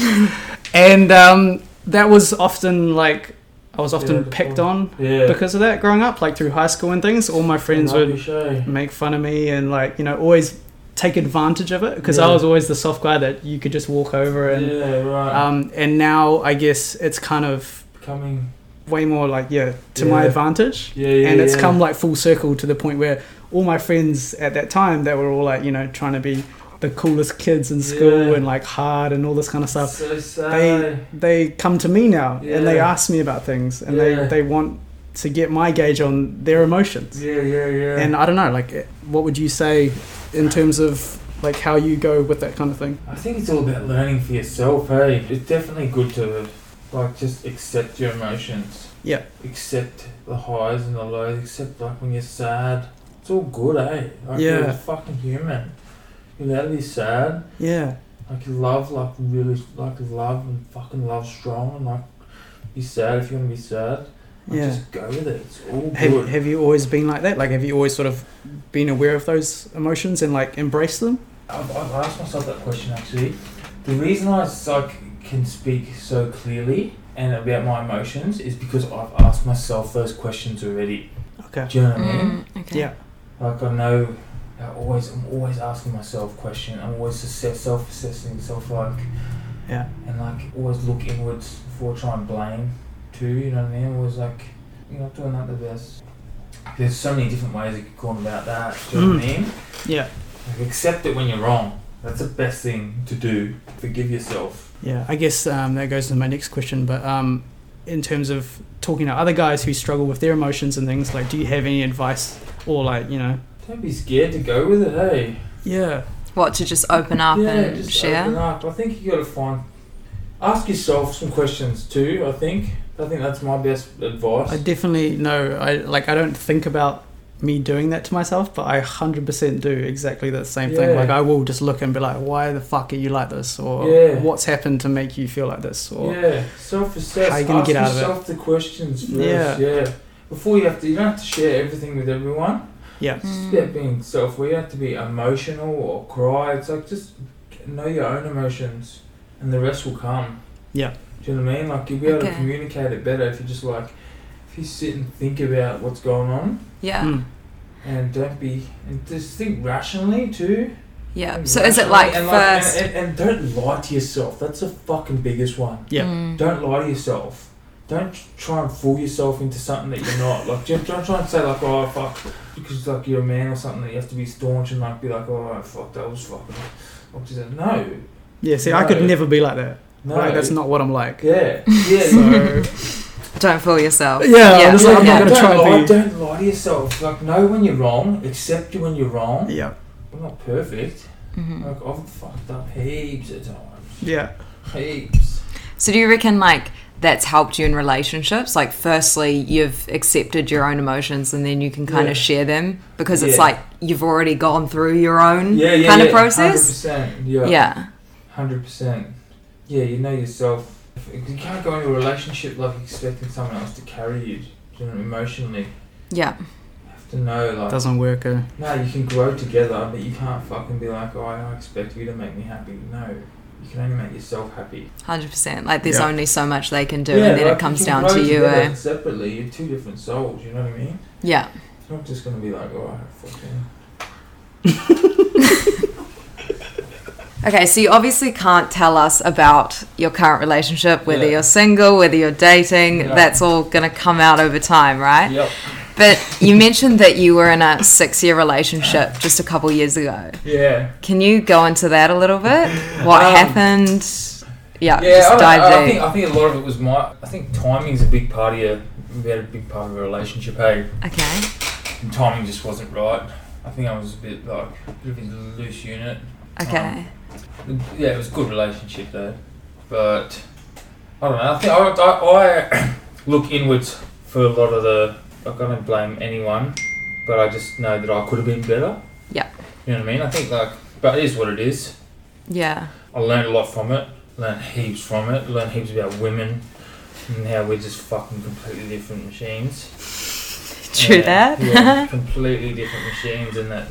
Speaker 4: and um, that was often like I was often
Speaker 6: Yeah,
Speaker 4: picked on
Speaker 6: Yeah. Uh-huh.
Speaker 4: because of that growing up, like through high school and things. All my friends would
Speaker 6: Love your show.
Speaker 4: make fun of me and like you know always take advantage of it because I
Speaker 6: Yeah.
Speaker 4: was always the soft guy that you could just walk over and
Speaker 6: Yeah, right.
Speaker 4: um and now I guess it's kind of
Speaker 6: Becoming.
Speaker 4: way more like yeah to my
Speaker 6: Yeah.
Speaker 4: advantage
Speaker 6: Yeah, yeah.
Speaker 4: and it's
Speaker 6: yeah.
Speaker 4: come like full circle to the point where all my friends at that time they were all like you know trying to be the coolest kids in school
Speaker 6: Yeah.
Speaker 4: and like hard and all this kind of stuff
Speaker 6: So
Speaker 4: they
Speaker 6: sad.
Speaker 4: they come to me now and they
Speaker 6: Yeah.
Speaker 4: ask me about things and
Speaker 6: Yeah.
Speaker 4: they they want to get my gauge on their emotions
Speaker 6: Yeah, yeah, yeah.
Speaker 4: and I don't know, like, eh, what would you say in terms of like how you go with that kind of thing?
Speaker 6: I think it's all about learning for yourself, hey. It's definitely good to like just accept your emotions.
Speaker 4: Yeah.
Speaker 6: Accept the highs and the lows, accept like when you're sad. It's all good, eh? Like
Speaker 4: Yeah.
Speaker 6: you're fucking human. You're allowed to be sad.
Speaker 4: Yeah,
Speaker 6: Like love like really like love and fucking love strong and like be sad if you wanna be sad. Like,
Speaker 4: yeah.
Speaker 6: Just go with it. It's all
Speaker 4: Have,
Speaker 6: good.
Speaker 4: have you always been like that? Like, have you always sort of been aware of those emotions and like embraced them?
Speaker 6: I've, I've asked myself that question actually. The reason I like, can speak so clearly and about my emotions is because I've asked myself those questions already.
Speaker 4: Okay.
Speaker 6: Do you know what I mean?
Speaker 5: Mm, okay.
Speaker 4: Yeah.
Speaker 6: Like I know, I always I'm always asking myself questions. I'm always assess, self-assessing, self-like,
Speaker 4: Yeah.
Speaker 6: and like always look inwards before trying to blame too. You know what I mean? Always like you're not doing that the best. There's so many different ways you could go on about that. Do you know what I mean?
Speaker 4: Hmm. Yeah.
Speaker 6: Like, accept it when you're wrong. That's the best thing to do. Forgive yourself.
Speaker 4: Yeah. I guess um, that goes to my next question, but um, in terms of talking to other guys who struggle with their emotions and things, like, do you have any advice or like, you know?
Speaker 6: Don't be scared to go with it, hey.
Speaker 4: Yeah.
Speaker 5: What to just open up
Speaker 6: yeah,
Speaker 5: and
Speaker 6: just
Speaker 5: share?
Speaker 6: open up. I think you got to find. Ask yourself some questions too. I think. I think that's my best advice.
Speaker 4: I definitely know. I like. I don't think about me doing that to myself, but I hundred percent do exactly the same
Speaker 6: Yeah.
Speaker 4: thing. Like I will just look and be like, "Why the fuck are you like this?" Or
Speaker 6: Yeah.
Speaker 4: "What's happened to make you feel like this?" Or
Speaker 6: yeah, self-assess.
Speaker 4: How you gonna
Speaker 6: ask
Speaker 4: get out of it?
Speaker 6: yourself the questions first.
Speaker 4: Yeah.
Speaker 6: Yeah. Before you have to, you don't have to share everything with everyone.
Speaker 4: Yeah.
Speaker 5: Mm.
Speaker 6: It's just about being self. We have to be emotional or cry. It's like just know your own emotions, and the rest will come.
Speaker 4: Yeah.
Speaker 6: Do you know what I mean? Like you'll be able to
Speaker 5: Okay.
Speaker 6: communicate it better if you just like if you sit and think about what's going on,
Speaker 5: Yeah.
Speaker 4: Mm.
Speaker 6: and don't be and just think rationally too.
Speaker 5: Yeah.
Speaker 6: Think
Speaker 5: So is it
Speaker 6: rationally
Speaker 5: like
Speaker 6: and
Speaker 5: first?
Speaker 6: and, and, and don't lie to yourself. That's the fucking biggest one.
Speaker 4: Yeah.
Speaker 5: Mm.
Speaker 6: Don't lie to yourself. Don't try and fool yourself into something that you're not. Like, don't, don't try and say like, oh fuck, because like you're a man or something that you have to be staunch and like be like, oh fuck, that was fucking. I just said, No,
Speaker 4: Yeah. See, I could
Speaker 6: No.
Speaker 4: never be like that.
Speaker 6: no,
Speaker 4: Like that's not what I'm like.
Speaker 6: Yeah, yeah.
Speaker 5: <laughs>
Speaker 4: So
Speaker 5: Don't fool yourself.
Speaker 4: Yeah, I'm just like,
Speaker 6: Yeah,
Speaker 4: I'm
Speaker 5: yeah.
Speaker 4: not gonna
Speaker 6: don't
Speaker 4: try
Speaker 6: lie,
Speaker 4: and be.
Speaker 6: Don't lie to yourself. Like, know when you're wrong. Accept you when you're wrong.
Speaker 4: Yeah.
Speaker 6: We're not perfect.
Speaker 5: Mhm.
Speaker 6: Like, I've fucked up heaps of
Speaker 5: <laughs>
Speaker 6: times.
Speaker 4: Yeah.
Speaker 6: Heaps.
Speaker 5: So do you reckon like that's helped you in relationships? Like firstly, you've accepted your own emotions and then you can kind
Speaker 6: Yeah.
Speaker 5: of share them because it's
Speaker 6: Yeah.
Speaker 5: like you've already gone through your own
Speaker 6: Yeah, yeah.
Speaker 5: kind of
Speaker 6: yeah,
Speaker 5: Mm-hmm. process.
Speaker 6: 100%,
Speaker 5: Yeah.
Speaker 6: Hundred percent. Yeah, you know yourself. You can't go into a relationship like expecting someone else to carry you, you know, emotionally.
Speaker 5: Yeah.
Speaker 6: You have to know, like,
Speaker 4: Doesn't work. Uh,
Speaker 6: no, you can grow together, but you can't fucking be like, oh, I expect you to make me happy. No, you can only make yourself happy.
Speaker 5: Hundred percent. Like there's
Speaker 4: Yeah.
Speaker 5: only so much they can do,
Speaker 6: yeah,
Speaker 5: and then
Speaker 6: like,
Speaker 5: it comes
Speaker 6: can
Speaker 5: down
Speaker 6: grow
Speaker 5: to you.
Speaker 6: together
Speaker 5: Eh?
Speaker 6: Separately, you're two different souls. You know what I mean?
Speaker 5: Yeah.
Speaker 6: It's not just gonna be like, oh, fucking.
Speaker 5: Okay, so you obviously can't tell us about your current relationship, whether
Speaker 6: Yeah.
Speaker 5: you're single, whether you're dating.
Speaker 6: No.
Speaker 5: That's all going to come out over time, right?
Speaker 6: Yep.
Speaker 5: But you mentioned that you were in a six year relationship just a couple years ago.
Speaker 6: Yeah.
Speaker 5: Can you go into that a little bit? What
Speaker 6: Um,
Speaker 5: happened? Yeah,
Speaker 6: Yeah,
Speaker 5: Uh, just
Speaker 6: I, don't- I, I
Speaker 5: dive
Speaker 6: think
Speaker 5: deep.
Speaker 6: I think a lot of it was my. I think timing's a big part of your, about a big part of a relationship. Hey,
Speaker 5: Okay.
Speaker 6: and timing just wasn't right. I think I was a bit like a bit of a loose unit.
Speaker 5: Okay.
Speaker 6: Um, Yeah, it was a good relationship though, but I don't know. I think I, I, I <coughs> look inwards for a lot of the. Like, I don't blame anyone, but I just know that I could have been better.
Speaker 5: Yeah.
Speaker 6: You know what I mean? I think like, but it is what it is.
Speaker 5: Yeah.
Speaker 6: I learned a lot from it. Learned heaps from it. Learned heaps about women and how we're just fucking completely different machines.
Speaker 5: True
Speaker 6: Yeah,
Speaker 5: that. <laughs>
Speaker 6: yeah, completely different machines and that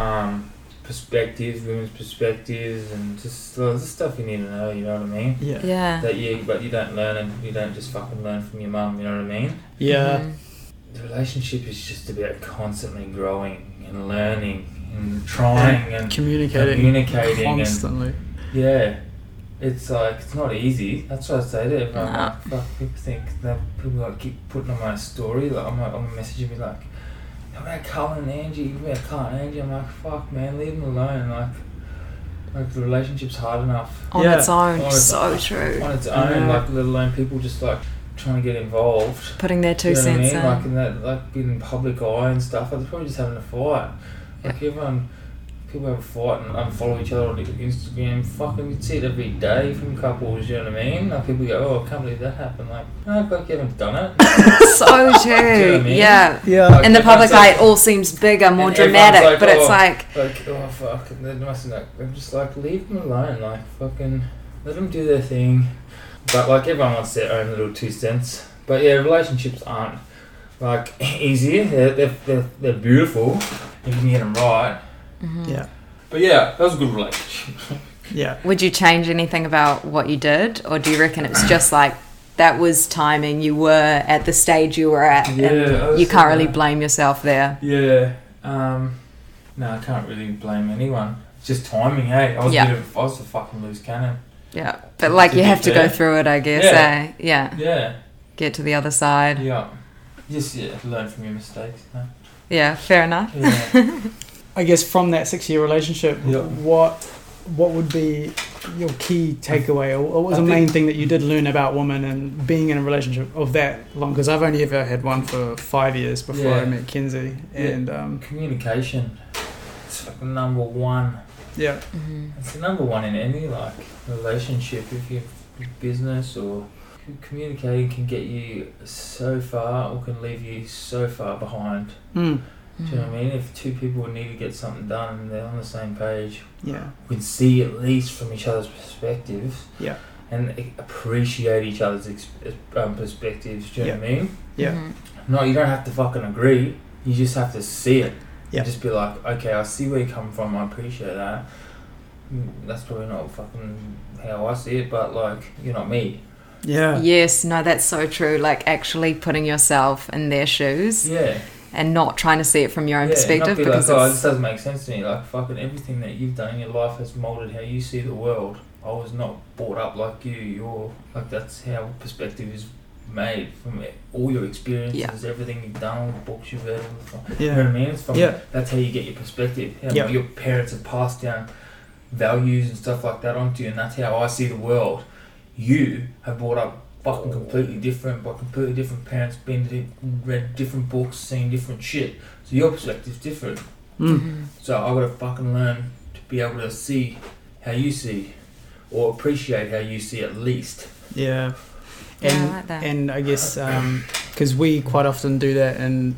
Speaker 6: um, perspectives, women's perspectives, and just well, this stuff you need to know. You know what I mean?
Speaker 4: Yeah.
Speaker 5: yeah.
Speaker 6: That you, but you don't learn, and you don't just fucking learn from your mum. You know what I mean?
Speaker 4: Yeah.
Speaker 5: Mhm.
Speaker 6: The relationship is just about constantly growing and learning and trying and
Speaker 4: Communicating,
Speaker 6: Communicating and-
Speaker 4: constantly.
Speaker 6: Yeah, it's like it's not easy. That's what I say to everyone.
Speaker 5: No.
Speaker 6: Like, fuck, people think that people like keep putting on my story. Like I'm, like, I'm messaging me like, how about Carl and Angie? How about Carl and Angie? I'm like, fuck, man, leave them alone. Like, like the relationship's hard enough
Speaker 5: On
Speaker 4: Yeah.
Speaker 5: its own.
Speaker 6: On its-
Speaker 5: so true.
Speaker 6: on its
Speaker 4: Yeah.
Speaker 6: own. Like, let alone people just like trying to get involved.
Speaker 5: Putting their two
Speaker 6: you know what I
Speaker 5: cents
Speaker 6: mean?
Speaker 5: in.
Speaker 6: Like in that, like being in public eye and stuff. Like they're probably just having a fight. Like everyone, people have a fight and unfollow each other on Instagram. Fucking, you see it every day from couples. You know what I mean? Like people go, oh, I can't believe that happened. Like, no, fuck, you haven't done
Speaker 5: <laughs>
Speaker 6: it. <laughs>
Speaker 5: so true.
Speaker 6: I mean?
Speaker 5: Yeah.
Speaker 4: Yeah.
Speaker 5: In the
Speaker 6: Like,
Speaker 5: public
Speaker 6: everyone's
Speaker 5: eye, it all seems bigger, more
Speaker 6: and everyone's
Speaker 5: dramatic,
Speaker 6: like,
Speaker 5: but it's
Speaker 6: "Oh."
Speaker 5: like,
Speaker 6: Like, oh fuck, and then must like, I'm just like, leave them alone. Like, fucking, let them do their thing. But like, everyone wants their own little two cents. But yeah, relationships aren't like <laughs> easy. They're they're, they're, they're beautiful if you can get them right.
Speaker 4: Yeah.
Speaker 6: But yeah, that was a good relationship. <laughs>
Speaker 4: Yeah.
Speaker 5: would you change anything about what you did? Or do you reckon it's just like, that was timing, you were at the stage you were at,
Speaker 6: Yeah, I
Speaker 5: and
Speaker 6: was
Speaker 5: you can't
Speaker 6: thinking
Speaker 5: really
Speaker 6: that.
Speaker 5: blame yourself there?
Speaker 6: Yeah. Um, no, I can't really blame anyone. It's just timing, hey. I was
Speaker 5: Yeah.
Speaker 6: a bit of, I was a fucking loose cannon.
Speaker 5: Yeah. But like,
Speaker 6: To
Speaker 5: you
Speaker 6: get
Speaker 5: have to go
Speaker 6: there.
Speaker 5: through it, I guess,
Speaker 6: Yeah.
Speaker 5: eh? Yeah.
Speaker 6: Yeah.
Speaker 5: Get to the other side.
Speaker 6: Yeah. Just yeah, learn from your mistakes. No?
Speaker 5: Yeah, fair enough.
Speaker 6: Yeah.
Speaker 8: I guess from that six-year relationship,
Speaker 6: Yeah.
Speaker 8: what what would be your key takeaway, or what was
Speaker 6: I
Speaker 8: the
Speaker 6: think-
Speaker 8: main thing that you did learn about women and being in a relationship of that long? Because I've only ever had one for five years before
Speaker 6: Yeah.
Speaker 8: I met Kinsey,
Speaker 6: Yeah.
Speaker 8: and um,
Speaker 6: Communication. It's like number one.
Speaker 8: yeah,
Speaker 5: Mhm.
Speaker 6: It's the number one in any like relationship. If you have business or communicating can get you so far or can leave you so far behind.
Speaker 8: mm,
Speaker 6: Do you know what I mean? If two people need to get something done and they're on the same page,
Speaker 8: yeah,
Speaker 6: we can see at least from each other's perspectives.
Speaker 8: Yeah.
Speaker 6: And a- appreciate each other's ex- um, perspectives. Do you know what I mean?
Speaker 8: Yeah.
Speaker 5: Mhm.
Speaker 6: No, you don't have to fucking agree. You just have to see it.
Speaker 8: Yeah.
Speaker 6: Just be like, okay, I see where you come from. I appreciate that. Mm, That's probably not fucking how I see it, but like, you're not me.
Speaker 8: yeah,
Speaker 5: Yes, no, that's so true. Like actually putting yourself in their shoes
Speaker 6: Yeah.
Speaker 5: and not trying to see it from your own
Speaker 6: yeah,
Speaker 5: perspective
Speaker 6: Not be
Speaker 5: because
Speaker 6: like, oh, this
Speaker 5: it's,
Speaker 6: doesn't make sense to me. Like, fucking everything that you've done in your life has molded how you see the world. I was not brought up like you. You're like that's how perspective is made from it. all your experiences,
Speaker 5: Yeah.
Speaker 6: everything you've done, all the books you've read. all the fu- You know
Speaker 8: yeah,
Speaker 6: what I mean? It's from,
Speaker 8: Yeah.
Speaker 6: That's how you get your perspective. How
Speaker 8: Yeah.
Speaker 6: Your parents have passed down values and stuff like that onto you, and that's how I see the world. You have brought up fucking completely different by completely different parents, been to, read different books, seen different shit. So your perspective's different.
Speaker 8: mm,
Speaker 6: So I gotta fucking learn to be able to see how you see, or appreciate how you see at least.
Speaker 8: yeah,
Speaker 5: Yeah, I
Speaker 8: and
Speaker 5: like that.
Speaker 8: and I guess because we quite often do that, and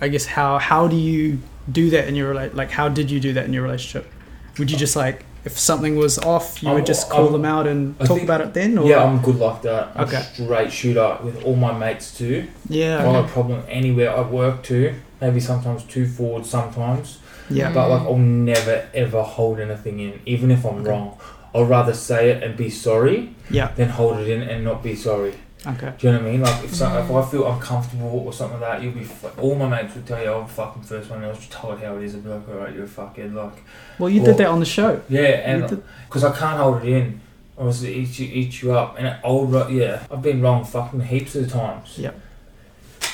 Speaker 8: I guess how how do you do that in your rela- like how did you do that in your relationship? Would you just like if something was off, you
Speaker 6: I'm-
Speaker 8: would just call
Speaker 6: I'm-
Speaker 8: them out and
Speaker 6: Um, I
Speaker 8: talk
Speaker 6: think-
Speaker 8: about it then, or
Speaker 6: Yeah, um, I'm good like that. I'm
Speaker 8: Okay.
Speaker 6: a straight shooter with all my mates too.
Speaker 8: yeah,
Speaker 6: Not a problem anywhere I work to. Maybe sometimes too forward, sometimes.
Speaker 8: yeah.
Speaker 6: um, But like I'll never ever hold anything in, even if I'm wrong. I'd rather say it and be sorry
Speaker 8: Yeah.
Speaker 6: than hold it in and not be sorry.
Speaker 8: Okay.
Speaker 6: Do you know what I mean? Like if, some, if
Speaker 8: Mm.
Speaker 6: I feel uncomfortable or something like that, you'll be f- all my mates would tell you, "I'm fucking first one." I was told how it is. I'd be like, "Alright, you're a fuckhead." Like
Speaker 8: Well, you
Speaker 6: Well-
Speaker 8: did that on the show.
Speaker 6: yeah,
Speaker 8: You
Speaker 6: and
Speaker 8: did-
Speaker 6: because I can't hold it in, obviously eat you eat you up. And old yeah, I've been wrong fucking heaps of times.
Speaker 8: Yeah.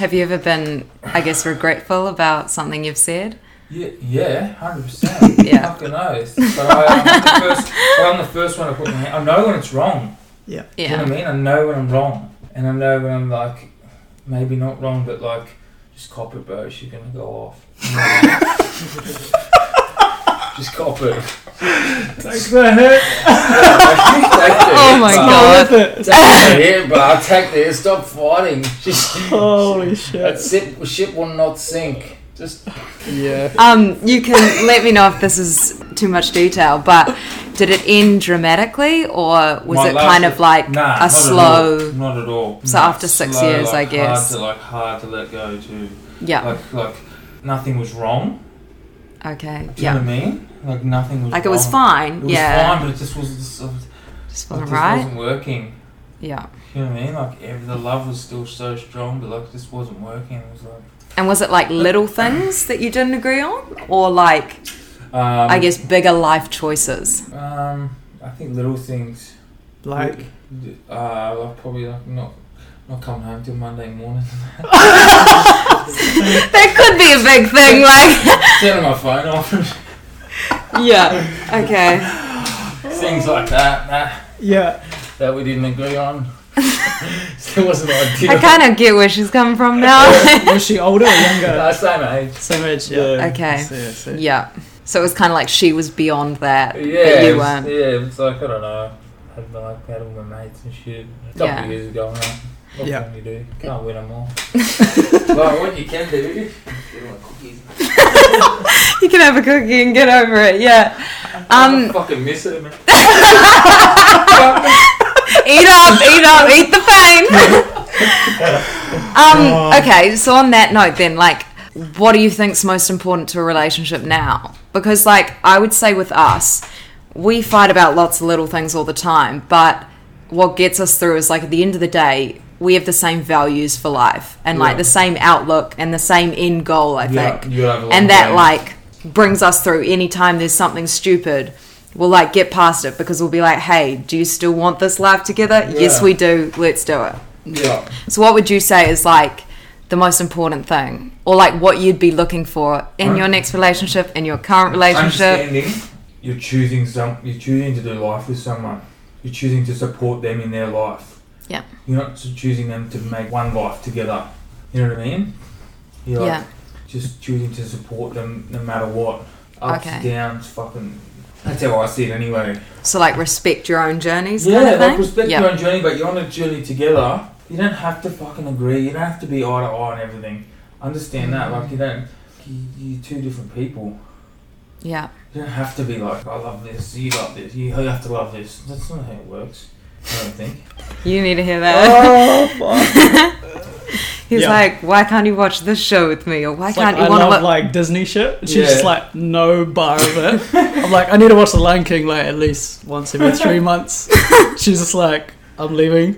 Speaker 5: have you ever been, I guess, regretful about something you've said?
Speaker 6: Yeah, yeah, hundred
Speaker 5: <laughs>
Speaker 6: percent.
Speaker 5: Yeah.
Speaker 6: fucking knows. But I,
Speaker 5: <laughs>
Speaker 6: I'm, the first, but I'm the first one to put my hand. I know when it's wrong. You know
Speaker 5: Yeah.
Speaker 6: what I mean? I know when I'm wrong, and I know when I'm like, maybe not wrong, but like, just cop it, bro. She's gonna go off.
Speaker 5: <laughs>
Speaker 6: just cop it.
Speaker 8: Take the hit.
Speaker 5: Oh my
Speaker 8: Go
Speaker 5: god.
Speaker 8: with it.
Speaker 5: <laughs>
Speaker 6: Take it here, bro. I'll take this. Stop fighting. Just,
Speaker 5: Oh.
Speaker 8: Holy shit.
Speaker 6: <laughs> that ship, ship will not sink. Just
Speaker 8: Yeah.
Speaker 5: <laughs> Um, you can let me know if this is too much detail, but Did it end dramatically, or was
Speaker 6: My
Speaker 5: it
Speaker 6: last-
Speaker 5: kind of like
Speaker 6: Nah, not
Speaker 5: a
Speaker 6: at all.
Speaker 5: slow?
Speaker 6: Not at all.
Speaker 5: so
Speaker 6: Nah,
Speaker 5: after six
Speaker 6: slow,
Speaker 5: years,
Speaker 6: like,
Speaker 5: I guess.
Speaker 6: Hard to, like hard to let go. To
Speaker 5: Yeah.
Speaker 6: like like nothing was wrong.
Speaker 5: okay.
Speaker 6: Do you
Speaker 5: Yeah.
Speaker 6: know what I mean? Like nothing was.
Speaker 5: Like it was
Speaker 6: wrong.
Speaker 5: fine.
Speaker 6: It was
Speaker 5: yeah.
Speaker 6: fine, but it just was. Just, it
Speaker 5: Just
Speaker 6: just
Speaker 5: wasn't right.
Speaker 6: wasn't working.
Speaker 5: Yeah.
Speaker 6: You know what I mean? Like every, the love was still so strong, but like it just wasn't working. It was like.
Speaker 5: And was it like little things that you didn't agree on, or like
Speaker 6: Um,
Speaker 5: I guess bigger life choices?
Speaker 6: Um, I think little things.
Speaker 8: Like,
Speaker 6: Uh, like probably like not not coming home till Monday morning.
Speaker 5: <laughs>
Speaker 6: <laughs>
Speaker 5: That could be a big thing. Like
Speaker 6: Turning my phone off.
Speaker 5: <laughs> yeah. Okay.
Speaker 6: things like that. Nah,
Speaker 8: yeah,
Speaker 6: that we didn't agree
Speaker 5: <laughs>
Speaker 6: on. Still wasn't ideal.
Speaker 5: I kind of get where she's coming from now.
Speaker 8: was she older or younger?
Speaker 6: <laughs> Nah, same age.
Speaker 8: Same age. Yeah.
Speaker 5: okay.
Speaker 8: So, yeah, so-
Speaker 5: <laughs> Yeah. So it was kind of like she was beyond that,
Speaker 6: Yeah,
Speaker 5: but
Speaker 6: it
Speaker 5: you
Speaker 6: was-
Speaker 5: weren't.
Speaker 6: yeah. It's like I don't know. Had my like had all my mates and shit. A couple
Speaker 5: Yeah.
Speaker 6: of years ago. Now. What
Speaker 8: Yeah.
Speaker 6: can you do? Can't win them
Speaker 5: <laughs>
Speaker 6: all. like what you can do. Give them cookies.
Speaker 5: You can have a cookie and get over it. Yeah.
Speaker 6: I
Speaker 5: Um.
Speaker 6: fucking miss it, man.
Speaker 5: eat up, eat up, eat the
Speaker 6: <laughs>
Speaker 5: pain. um,
Speaker 6: Oh.
Speaker 5: okay, so on that note, then, like, what do you think's most important to a relationship now? Because, like, I would say with us, we fight about lots of little things all the time, but what gets us through is, like, at the end of the day, we have the same values for life and, like,
Speaker 6: Yeah.
Speaker 5: the same outlook and the same end goal, I
Speaker 6: Yeah,
Speaker 5: think.
Speaker 6: you have a long
Speaker 5: and that,
Speaker 6: game.
Speaker 5: like, brings us through anytime there's something stupid we'll like get past it because we'll be like, hey, do you still want this life together? Yes,
Speaker 6: Yeah.
Speaker 5: we do. Let's do it.
Speaker 6: Yeah.
Speaker 5: So, what would you say is like the most important thing, or like what you'd be looking for in your next relationship, in your current relationship?
Speaker 6: Understanding you're choosing some you're choosing to do life with someone. You're choosing to support them in their life.
Speaker 5: Yeah.
Speaker 6: You're not just choosing them to make one life together. You know what I mean? You're like,
Speaker 5: Yeah,
Speaker 6: just choosing to support them no matter what. Ups,
Speaker 5: Okay.
Speaker 6: downs, fucking that's how I see it anyway.
Speaker 5: so like respect your own journeys,
Speaker 6: Yeah,
Speaker 5: kind of
Speaker 6: like
Speaker 5: thing.
Speaker 6: respect
Speaker 5: yeah,
Speaker 6: your own journey, but you're on a journey together. You don't have to fucking agree. You don't have to be eye to eye on everything. Understand
Speaker 5: Mm.
Speaker 6: that? Like you don't. You, you're two different people.
Speaker 5: yeah,
Speaker 6: You don't have to be like, I love this, you love this, you have to love this. That's not how it works. I don't think.
Speaker 5: you need to hear that.
Speaker 6: Oh,
Speaker 5: <laughs> He's
Speaker 8: Yeah.
Speaker 5: like, why can't you watch this show with me, or why
Speaker 8: It's
Speaker 5: can't
Speaker 8: like,
Speaker 5: you
Speaker 8: I
Speaker 5: want to
Speaker 8: love
Speaker 5: look?
Speaker 8: like Disney shit. She's
Speaker 6: Yeah.
Speaker 8: just like no bar of it. I'm like, I need to watch The Lion King like at least once every three months. She's just like, I'm
Speaker 4: <laughs>
Speaker 8: leaving.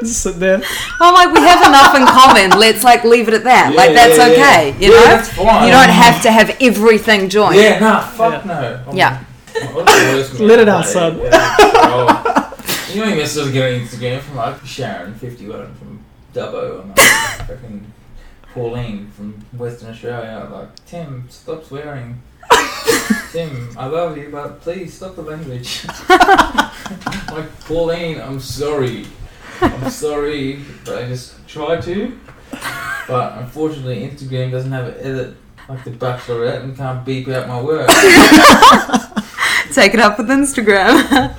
Speaker 8: just sit there.
Speaker 5: I'm like, we have enough in
Speaker 6: <laughs>
Speaker 5: common. Let's like leave it at that.
Speaker 6: Yeah,
Speaker 5: like that's
Speaker 6: yeah, yeah.
Speaker 5: okay, you
Speaker 6: Yeah,
Speaker 5: know.
Speaker 6: that's fine.
Speaker 5: You don't have to have everything joined.
Speaker 6: Yeah, nah, fuck no. I'm-
Speaker 5: Yeah.
Speaker 6: I'm the worst man.
Speaker 8: Let it out, son.
Speaker 6: Yeah, oh. you know, you messages I get on Instagram from like Sharon, 51, from Dubbo, and like freaking Pauline from Western Australia. Like, Tim, stop swearing. Tim, I love you, but please stop the language. <laughs> like, Pauline, I'm sorry. I'm sorry, but I just try to. But unfortunately, Instagram doesn't have an edit like the Bachelorette and can't beep out my work.
Speaker 5: Take it up with Instagram.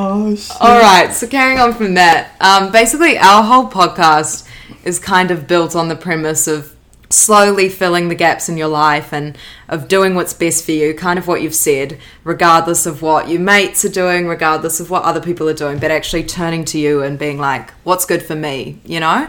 Speaker 8: Oh shit.
Speaker 5: All right, so carrying on from that, um, basically, our whole podcast is kind of built on the premise of slowly filling the gaps in your life and of doing what's best for you, kind of what you've said, regardless of what your mates are doing, regardless of what other people are doing, but actually turning to you and being like, what's good for me, you know?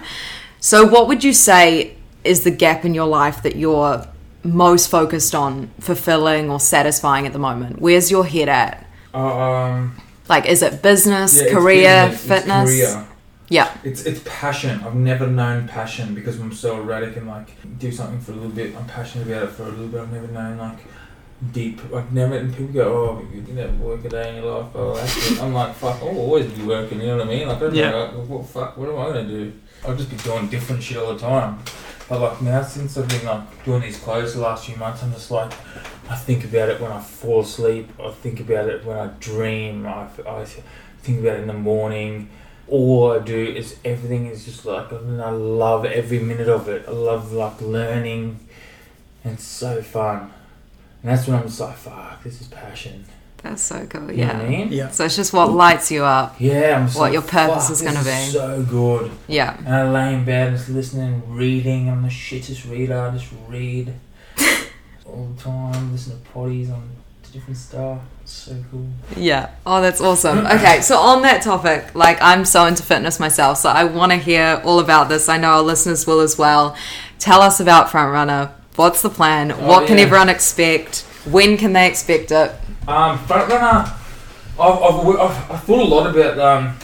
Speaker 5: So, what would you say is the gap in your life that you're most focused on fulfilling or satisfying at the moment? Where's your head at?
Speaker 6: Um,
Speaker 5: Like, is it business,
Speaker 6: yeah, it's
Speaker 5: career,
Speaker 6: business, it's
Speaker 5: fitness?
Speaker 6: career.
Speaker 5: Yeah,
Speaker 6: It's it's passion. I've never known passion because I'm so erratic and like do something for a little bit. I'm passionate about it for a little bit. I've never known like deep. I've never and people go, oh, you never work a day in your life. Oh, that's it." I'm like, fuck. I'll always be working. You know what I mean? Like, I don't
Speaker 8: Yeah.
Speaker 6: know. Like, what fuck? What am I gonna do? I'll just be doing different shit all the time. But like now, since I've been like doing these clothes the last few months, I'm just like, I think about it when I fall asleep. I think about it when I dream. I, I think about it in the morning. All I do is everything is just like and I love every minute of it. I love like learning, and it's so fun. And that's when I'm just like, fuck, this is passion.
Speaker 5: that's so cool.
Speaker 6: You know what I
Speaker 5: Yeah.
Speaker 6: mean?
Speaker 8: Yeah.
Speaker 5: So it's just what lights you up.
Speaker 6: Yeah, I'm just
Speaker 5: What
Speaker 6: like,
Speaker 5: your purpose
Speaker 6: fuck,
Speaker 5: is
Speaker 6: this
Speaker 5: gonna be.
Speaker 6: So good.
Speaker 5: Yeah.
Speaker 6: And I lay in bed and just listening, reading. I'm the
Speaker 5: <laughs>
Speaker 6: shittest reader. I just read all the time. Listen to potties on a different star. It's so cool.
Speaker 5: Yeah. Oh, that's awesome. Okay, so on that topic, like I'm so into fitness myself, so I want to hear all about this. I know our listeners will as well. Tell us about Frontrunner. What's the plan? what can
Speaker 6: Oh, yeah.
Speaker 5: everyone expect? When can they expect it?
Speaker 6: Um, Frontrunner, I've, I've, wo- I've, I've thought a lot about um,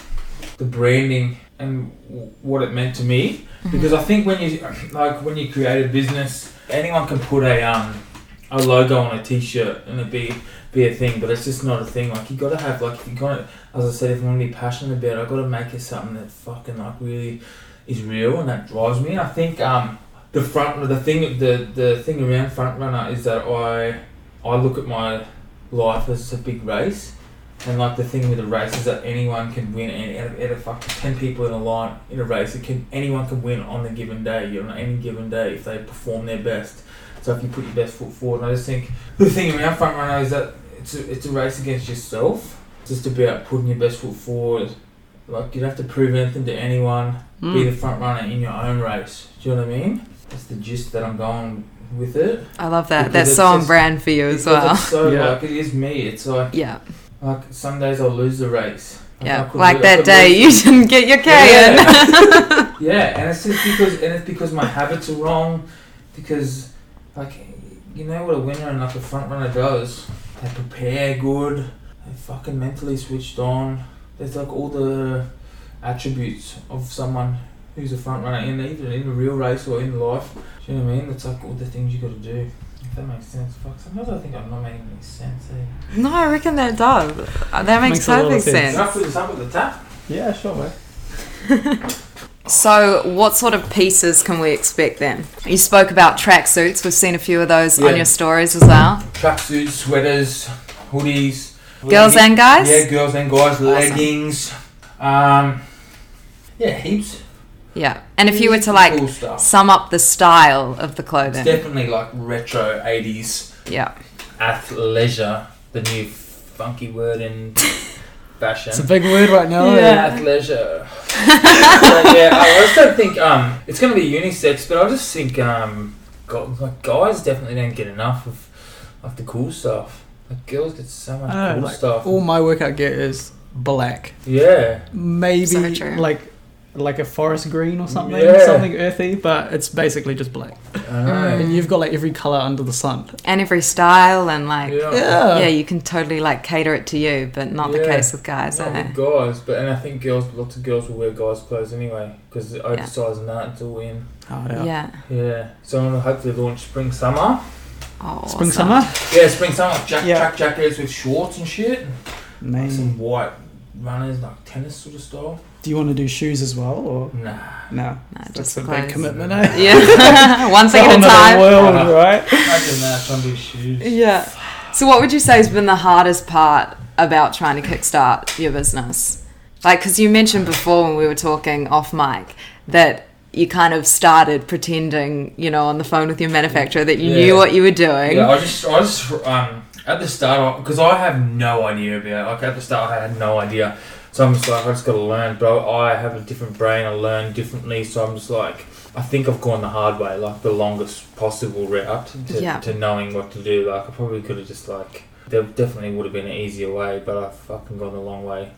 Speaker 6: the branding and w- what it meant to me because I think when you like when you create a business, anyone can put a um, a logo on a T-shirt and it be be a thing, but it's just not a thing. Like you got to have like if you got to, as I said, if you want to be passionate about, it, I got to make it something that fucking like really is real and that drives me. And I think um, the front the thing the the thing around Frontrunner is that I I look at my life is a big race. And like the thing with a race is that anyone can win, and out of, out of fucking ten people in a line in a race, it can anyone can win on the given day, you know, on any given day if they perform their best. So if you put your best foot forward, and I just think the thing around front runner is that it's a, it's a race against yourself. It's just about putting your best foot forward. Like you don't have to prove anything to anyone.
Speaker 4: Mm.
Speaker 5: Mm.
Speaker 6: Be the front runner in your own race. Do you know what I mean? That's the gist that I'm going with it.
Speaker 5: I love that.
Speaker 6: Because
Speaker 5: that's
Speaker 6: it's
Speaker 5: so on
Speaker 6: just-
Speaker 5: brand for you as
Speaker 6: Because
Speaker 5: well.
Speaker 6: It's so
Speaker 4: Yeah.
Speaker 6: like it is me. It's
Speaker 5: <laughs>
Speaker 6: like
Speaker 5: Yeah.
Speaker 6: like some days I'll lose the race. I
Speaker 5: Yeah.
Speaker 6: could
Speaker 5: Like
Speaker 6: lose-
Speaker 5: that
Speaker 6: I could
Speaker 5: day you
Speaker 6: lose-
Speaker 5: didn't get your K in.
Speaker 6: yeah, and it's just because and it's because my habits are wrong, because like you know what a winner and like a front runner does. They prepare good. They fucking mentally switched on. There's like all the attributes of someone who's a front runner in either in a real race or in life. Do you know what I mean? It's like all the things you got to do. If that makes sense. Fuck. Sometimes I think I'm not making any sense. Eh?
Speaker 5: No, I reckon that does. Uh, That makes,
Speaker 4: Makes a lot of
Speaker 5: perfect
Speaker 4: sense.
Speaker 5: sense.
Speaker 6: Can I put this up at the tap?
Speaker 4: Yeah, sure, mate.
Speaker 5: So, what sort of pieces can we expect then? You spoke about tracksuits. We've seen a few of those
Speaker 6: Yeah.
Speaker 5: on your stories as well.
Speaker 6: Tracksuits, sweaters, hoodies.
Speaker 5: Girls and guys?
Speaker 6: Yeah, girls and guys, leggings. Um, yeah, heaps.
Speaker 5: Yeah. And if you were to like
Speaker 6: cool stuff.
Speaker 5: sum up the style of the
Speaker 6: It's
Speaker 5: clothing.
Speaker 6: definitely like retro '80s
Speaker 5: Yeah.
Speaker 6: athleisure, the new funky word in
Speaker 5: <laughs>
Speaker 6: fashion.
Speaker 4: It's a big word right now. eh?
Speaker 5: <laughs>
Speaker 6: yeah, athleisure. But yeah, I also think um, it's going to be unisex, but I just think um, go- like guys definitely don't get enough of like the cool stuff. Like girls get so much
Speaker 4: I don't
Speaker 6: cool
Speaker 4: know, like,
Speaker 6: stuff.
Speaker 4: all my workout gear is black.
Speaker 6: yeah.
Speaker 4: Maybe
Speaker 5: So true.
Speaker 4: like like a forest green or something,
Speaker 6: Yeah. Mm.
Speaker 4: something earthy, but it's basically just black.
Speaker 6: I know.
Speaker 4: And you've got like every color under the sun.
Speaker 5: And every style and like
Speaker 6: Oh,
Speaker 5: yeah.
Speaker 4: Yeah.
Speaker 5: you can totally like cater it to you, but not the
Speaker 6: Yeah.
Speaker 5: case with guys,
Speaker 6: Not
Speaker 5: eh?
Speaker 6: with guys, but and I think girls, lots of girls will wear guys' clothes anyway because oversized and that it's all in.
Speaker 4: Oh,
Speaker 5: Yeah.
Speaker 4: yeah.
Speaker 6: Yeah, so I'm gonna hopefully launch spring summer.
Speaker 5: Oh,
Speaker 4: Spring
Speaker 5: awesome.
Speaker 4: summer.
Speaker 6: Yeah, spring summer, jack,
Speaker 4: Yeah. Mm.
Speaker 6: track jackets with shorts and shit, like
Speaker 4: Amazing.
Speaker 6: some white runners, like tennis sort of style.
Speaker 4: Do you want to do shoes as well, or
Speaker 6: Nah,
Speaker 4: no?
Speaker 5: No,
Speaker 4: That's
Speaker 5: just
Speaker 4: a
Speaker 5: the
Speaker 4: big
Speaker 5: clothes.
Speaker 4: commitment, eh?
Speaker 5: Yeah. <laughs> One thing at a time.
Speaker 4: world, right?
Speaker 6: imagine that. Trying to do shoes.
Speaker 5: Yeah. So, what would you say has been the hardest part about trying to kickstart your business? Like, because you mentioned before when we were talking off mic that you kind of started pretending, you know, on the phone with your manufacturer that you
Speaker 6: Yeah.
Speaker 5: knew what you were doing.
Speaker 6: Yeah, I just, I just, um, at the start, because I have no idea about, like, at the start, I had no idea. So I'm just like, I just gotta learn, bro. I have a different brain, I learn differently. So I'm just like, I think I've gone the hard way, like, the longest possible route to,
Speaker 5: Yeah.
Speaker 6: to knowing what to do. Like, I probably could have just, like, there definitely would have been an easier way, but I've fucking gone the long way.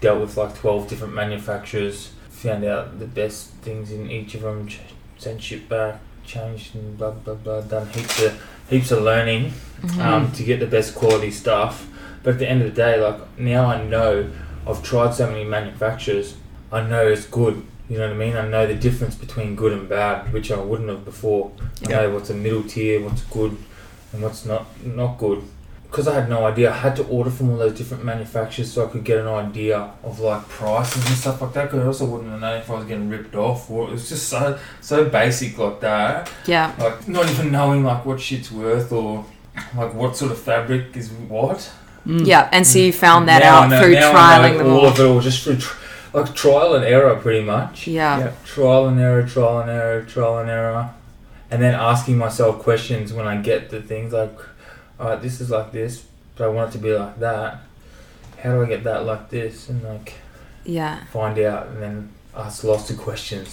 Speaker 6: Dealt with, like, 12 different manufacturers, found out the best things in each of them, ch- sent shit back, changed, and blah, blah, blah, done heaps of heaps of learning um, to get the best quality stuff. But at the end of the day, like now I know I've tried so many manufacturers, I know it's good. You know what I mean? I know the difference between good and bad, which I wouldn't have before. I know what's a middle tier, what's good, and what's not not good. Because I had no idea, I had to order from all those different manufacturers so I could get an idea of like prices and stuff like that. Because I also wouldn't have known if I was getting ripped off or it was just so so basic like that
Speaker 5: Yeah.
Speaker 6: like not even knowing like what shit's worth or like what sort of fabric is what.
Speaker 5: Yeah. And so you found that
Speaker 6: Now I
Speaker 5: out
Speaker 6: know-
Speaker 5: through
Speaker 6: now I
Speaker 5: trialing
Speaker 6: know
Speaker 5: them
Speaker 6: all
Speaker 5: all.
Speaker 6: of it, or just through tr- like trial and error, pretty much.
Speaker 5: Yeah.
Speaker 4: Yeah.
Speaker 6: Trial and error, trial and error, trial and error, and then asking myself questions when I get the things like, all right, this is like this, but I want it to be like that. How do I get that like this? And like
Speaker 5: Yeah.
Speaker 8: <laughs>
Speaker 6: find out, and then ask lots of questions.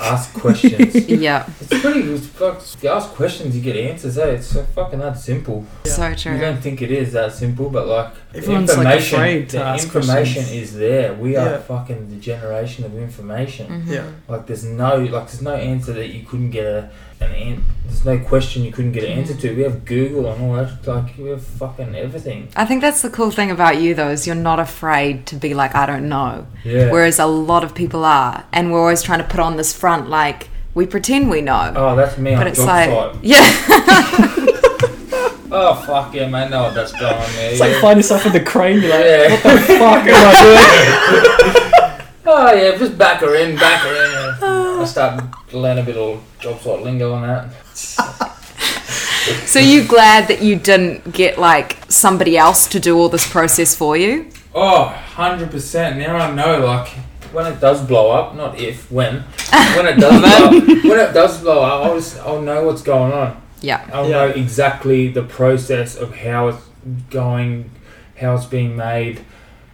Speaker 6: Ask questions.
Speaker 5: Yeah.
Speaker 6: It's pretty it's fuck. You ask questions, you get answers. Hey, it's so fucking that simple.
Speaker 5: So
Speaker 6: You
Speaker 5: true.
Speaker 6: don't think it is that simple, but like the
Speaker 8: Everyone's, like,
Speaker 6: information,
Speaker 8: afraid to
Speaker 6: the
Speaker 8: ask
Speaker 6: information
Speaker 8: questions.
Speaker 6: is there. We are
Speaker 8: Yeah.
Speaker 6: fucking the generation of information.
Speaker 5: Mm-hmm.
Speaker 8: Yeah.
Speaker 6: Like there's no like there's no answer that you couldn't get a an an- there's no question you couldn't get an answer
Speaker 5: Mm-hmm.
Speaker 6: to. We have Google and all that. Like we have fucking everything.
Speaker 5: I think that's the cool thing about you, though, is you're not afraid to be like, I don't know.
Speaker 6: Yeah.
Speaker 5: Whereas a lot of people are, and we're always trying to put on this front like we pretend we know,
Speaker 6: Oh, that's me
Speaker 5: but
Speaker 6: on
Speaker 5: it's
Speaker 6: job
Speaker 5: like,
Speaker 6: site.
Speaker 5: <laughs> yeah,
Speaker 6: Oh fuck yeah, man! No, that's going on there.
Speaker 8: It's like
Speaker 6: yeah.
Speaker 8: find yourself in the crane. You're like,
Speaker 6: Yeah. <laughs>
Speaker 8: what the fuck am I
Speaker 6: Oh yeah, just back her in, back her
Speaker 5: <sighs>
Speaker 6: in. I start laying a bit of job site lingo on that.
Speaker 5: so you glad that you didn't get like somebody else to do all this process for you?
Speaker 6: Oh, 100%. Now I know, like, when it does blow up, not if, when, when
Speaker 5: <laughs>
Speaker 6: it does blow up, when it does blow up, I'll, just, I'll know what's going on.
Speaker 5: Yeah,
Speaker 6: I'll
Speaker 8: Yeah.
Speaker 6: know exactly the process of how it's going, how it's being made.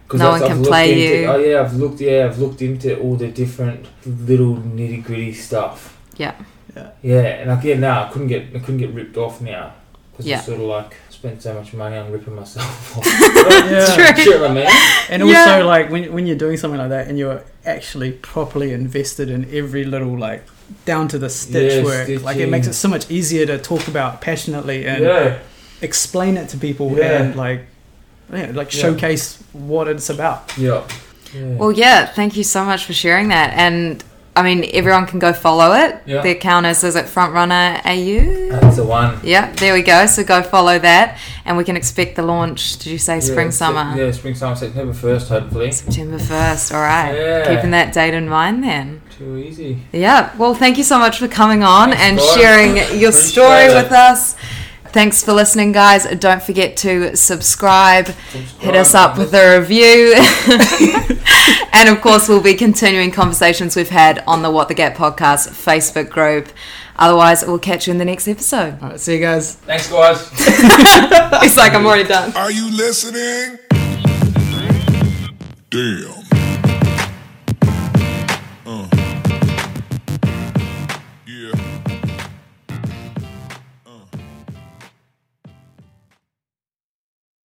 Speaker 6: Because
Speaker 5: No one can play
Speaker 6: into,
Speaker 5: you.
Speaker 6: Oh yeah, I've looked. Yeah, I've looked into all the different little nitty gritty stuff.
Speaker 5: Yeah.
Speaker 8: Yeah.
Speaker 6: Yeah, and like yeah, now I couldn't get I couldn't get ripped off now because
Speaker 5: Yeah.
Speaker 6: I sort of like spent so much money on ripping myself <laughs>
Speaker 5: <laughs>
Speaker 6: off.
Speaker 8: doing? Yeah.
Speaker 6: Sure, my man.
Speaker 8: And also,
Speaker 5: Yeah.
Speaker 8: like when, when you're doing something like that, and you're actually properly invested in every little like down to the stitch
Speaker 6: Yeah,
Speaker 8: work, like it makes
Speaker 6: stitching.
Speaker 8: it so much easier to talk about passionately and
Speaker 6: Yeah,
Speaker 8: explain it to people
Speaker 6: Yeah.
Speaker 8: and like yeah, like
Speaker 6: Yeah.
Speaker 8: showcase what it's about.
Speaker 6: yeah. yeah.
Speaker 5: Well, yeah, thank you so much for sharing that. And I mean, everyone can go follow it.
Speaker 6: Yeah.
Speaker 5: The account is, is it Frontrunner AU?
Speaker 6: That's the one.
Speaker 5: Yeah, there we go. So go follow that, and we can expect the launch. Did you say spring,
Speaker 6: yeah,
Speaker 5: summer?
Speaker 6: Yeah, spring summer September first, hopefully.
Speaker 5: September 1st, all right.
Speaker 6: Yeah.
Speaker 5: Keeping that date in mind then.
Speaker 6: Too easy.
Speaker 5: Yeah, well, thank you so much for coming on
Speaker 6: Thanks,
Speaker 5: and
Speaker 6: guys.
Speaker 5: sharing your
Speaker 6: Appreciate
Speaker 5: story
Speaker 6: it.
Speaker 5: with us. Thanks for listening, guys. Don't forget to subscribe, hit us
Speaker 6: Subscribe.
Speaker 5: up with a review. <laughs> and of course, we'll be continuing conversations we've had on the What the Gap podcast Facebook group. Otherwise, we'll catch you in the next episode.
Speaker 6: <laughs>
Speaker 8: All right, see you guys.
Speaker 6: Thanks, guys.
Speaker 5: It's like I'm already done.
Speaker 3: Are you listening? Damn. Uh.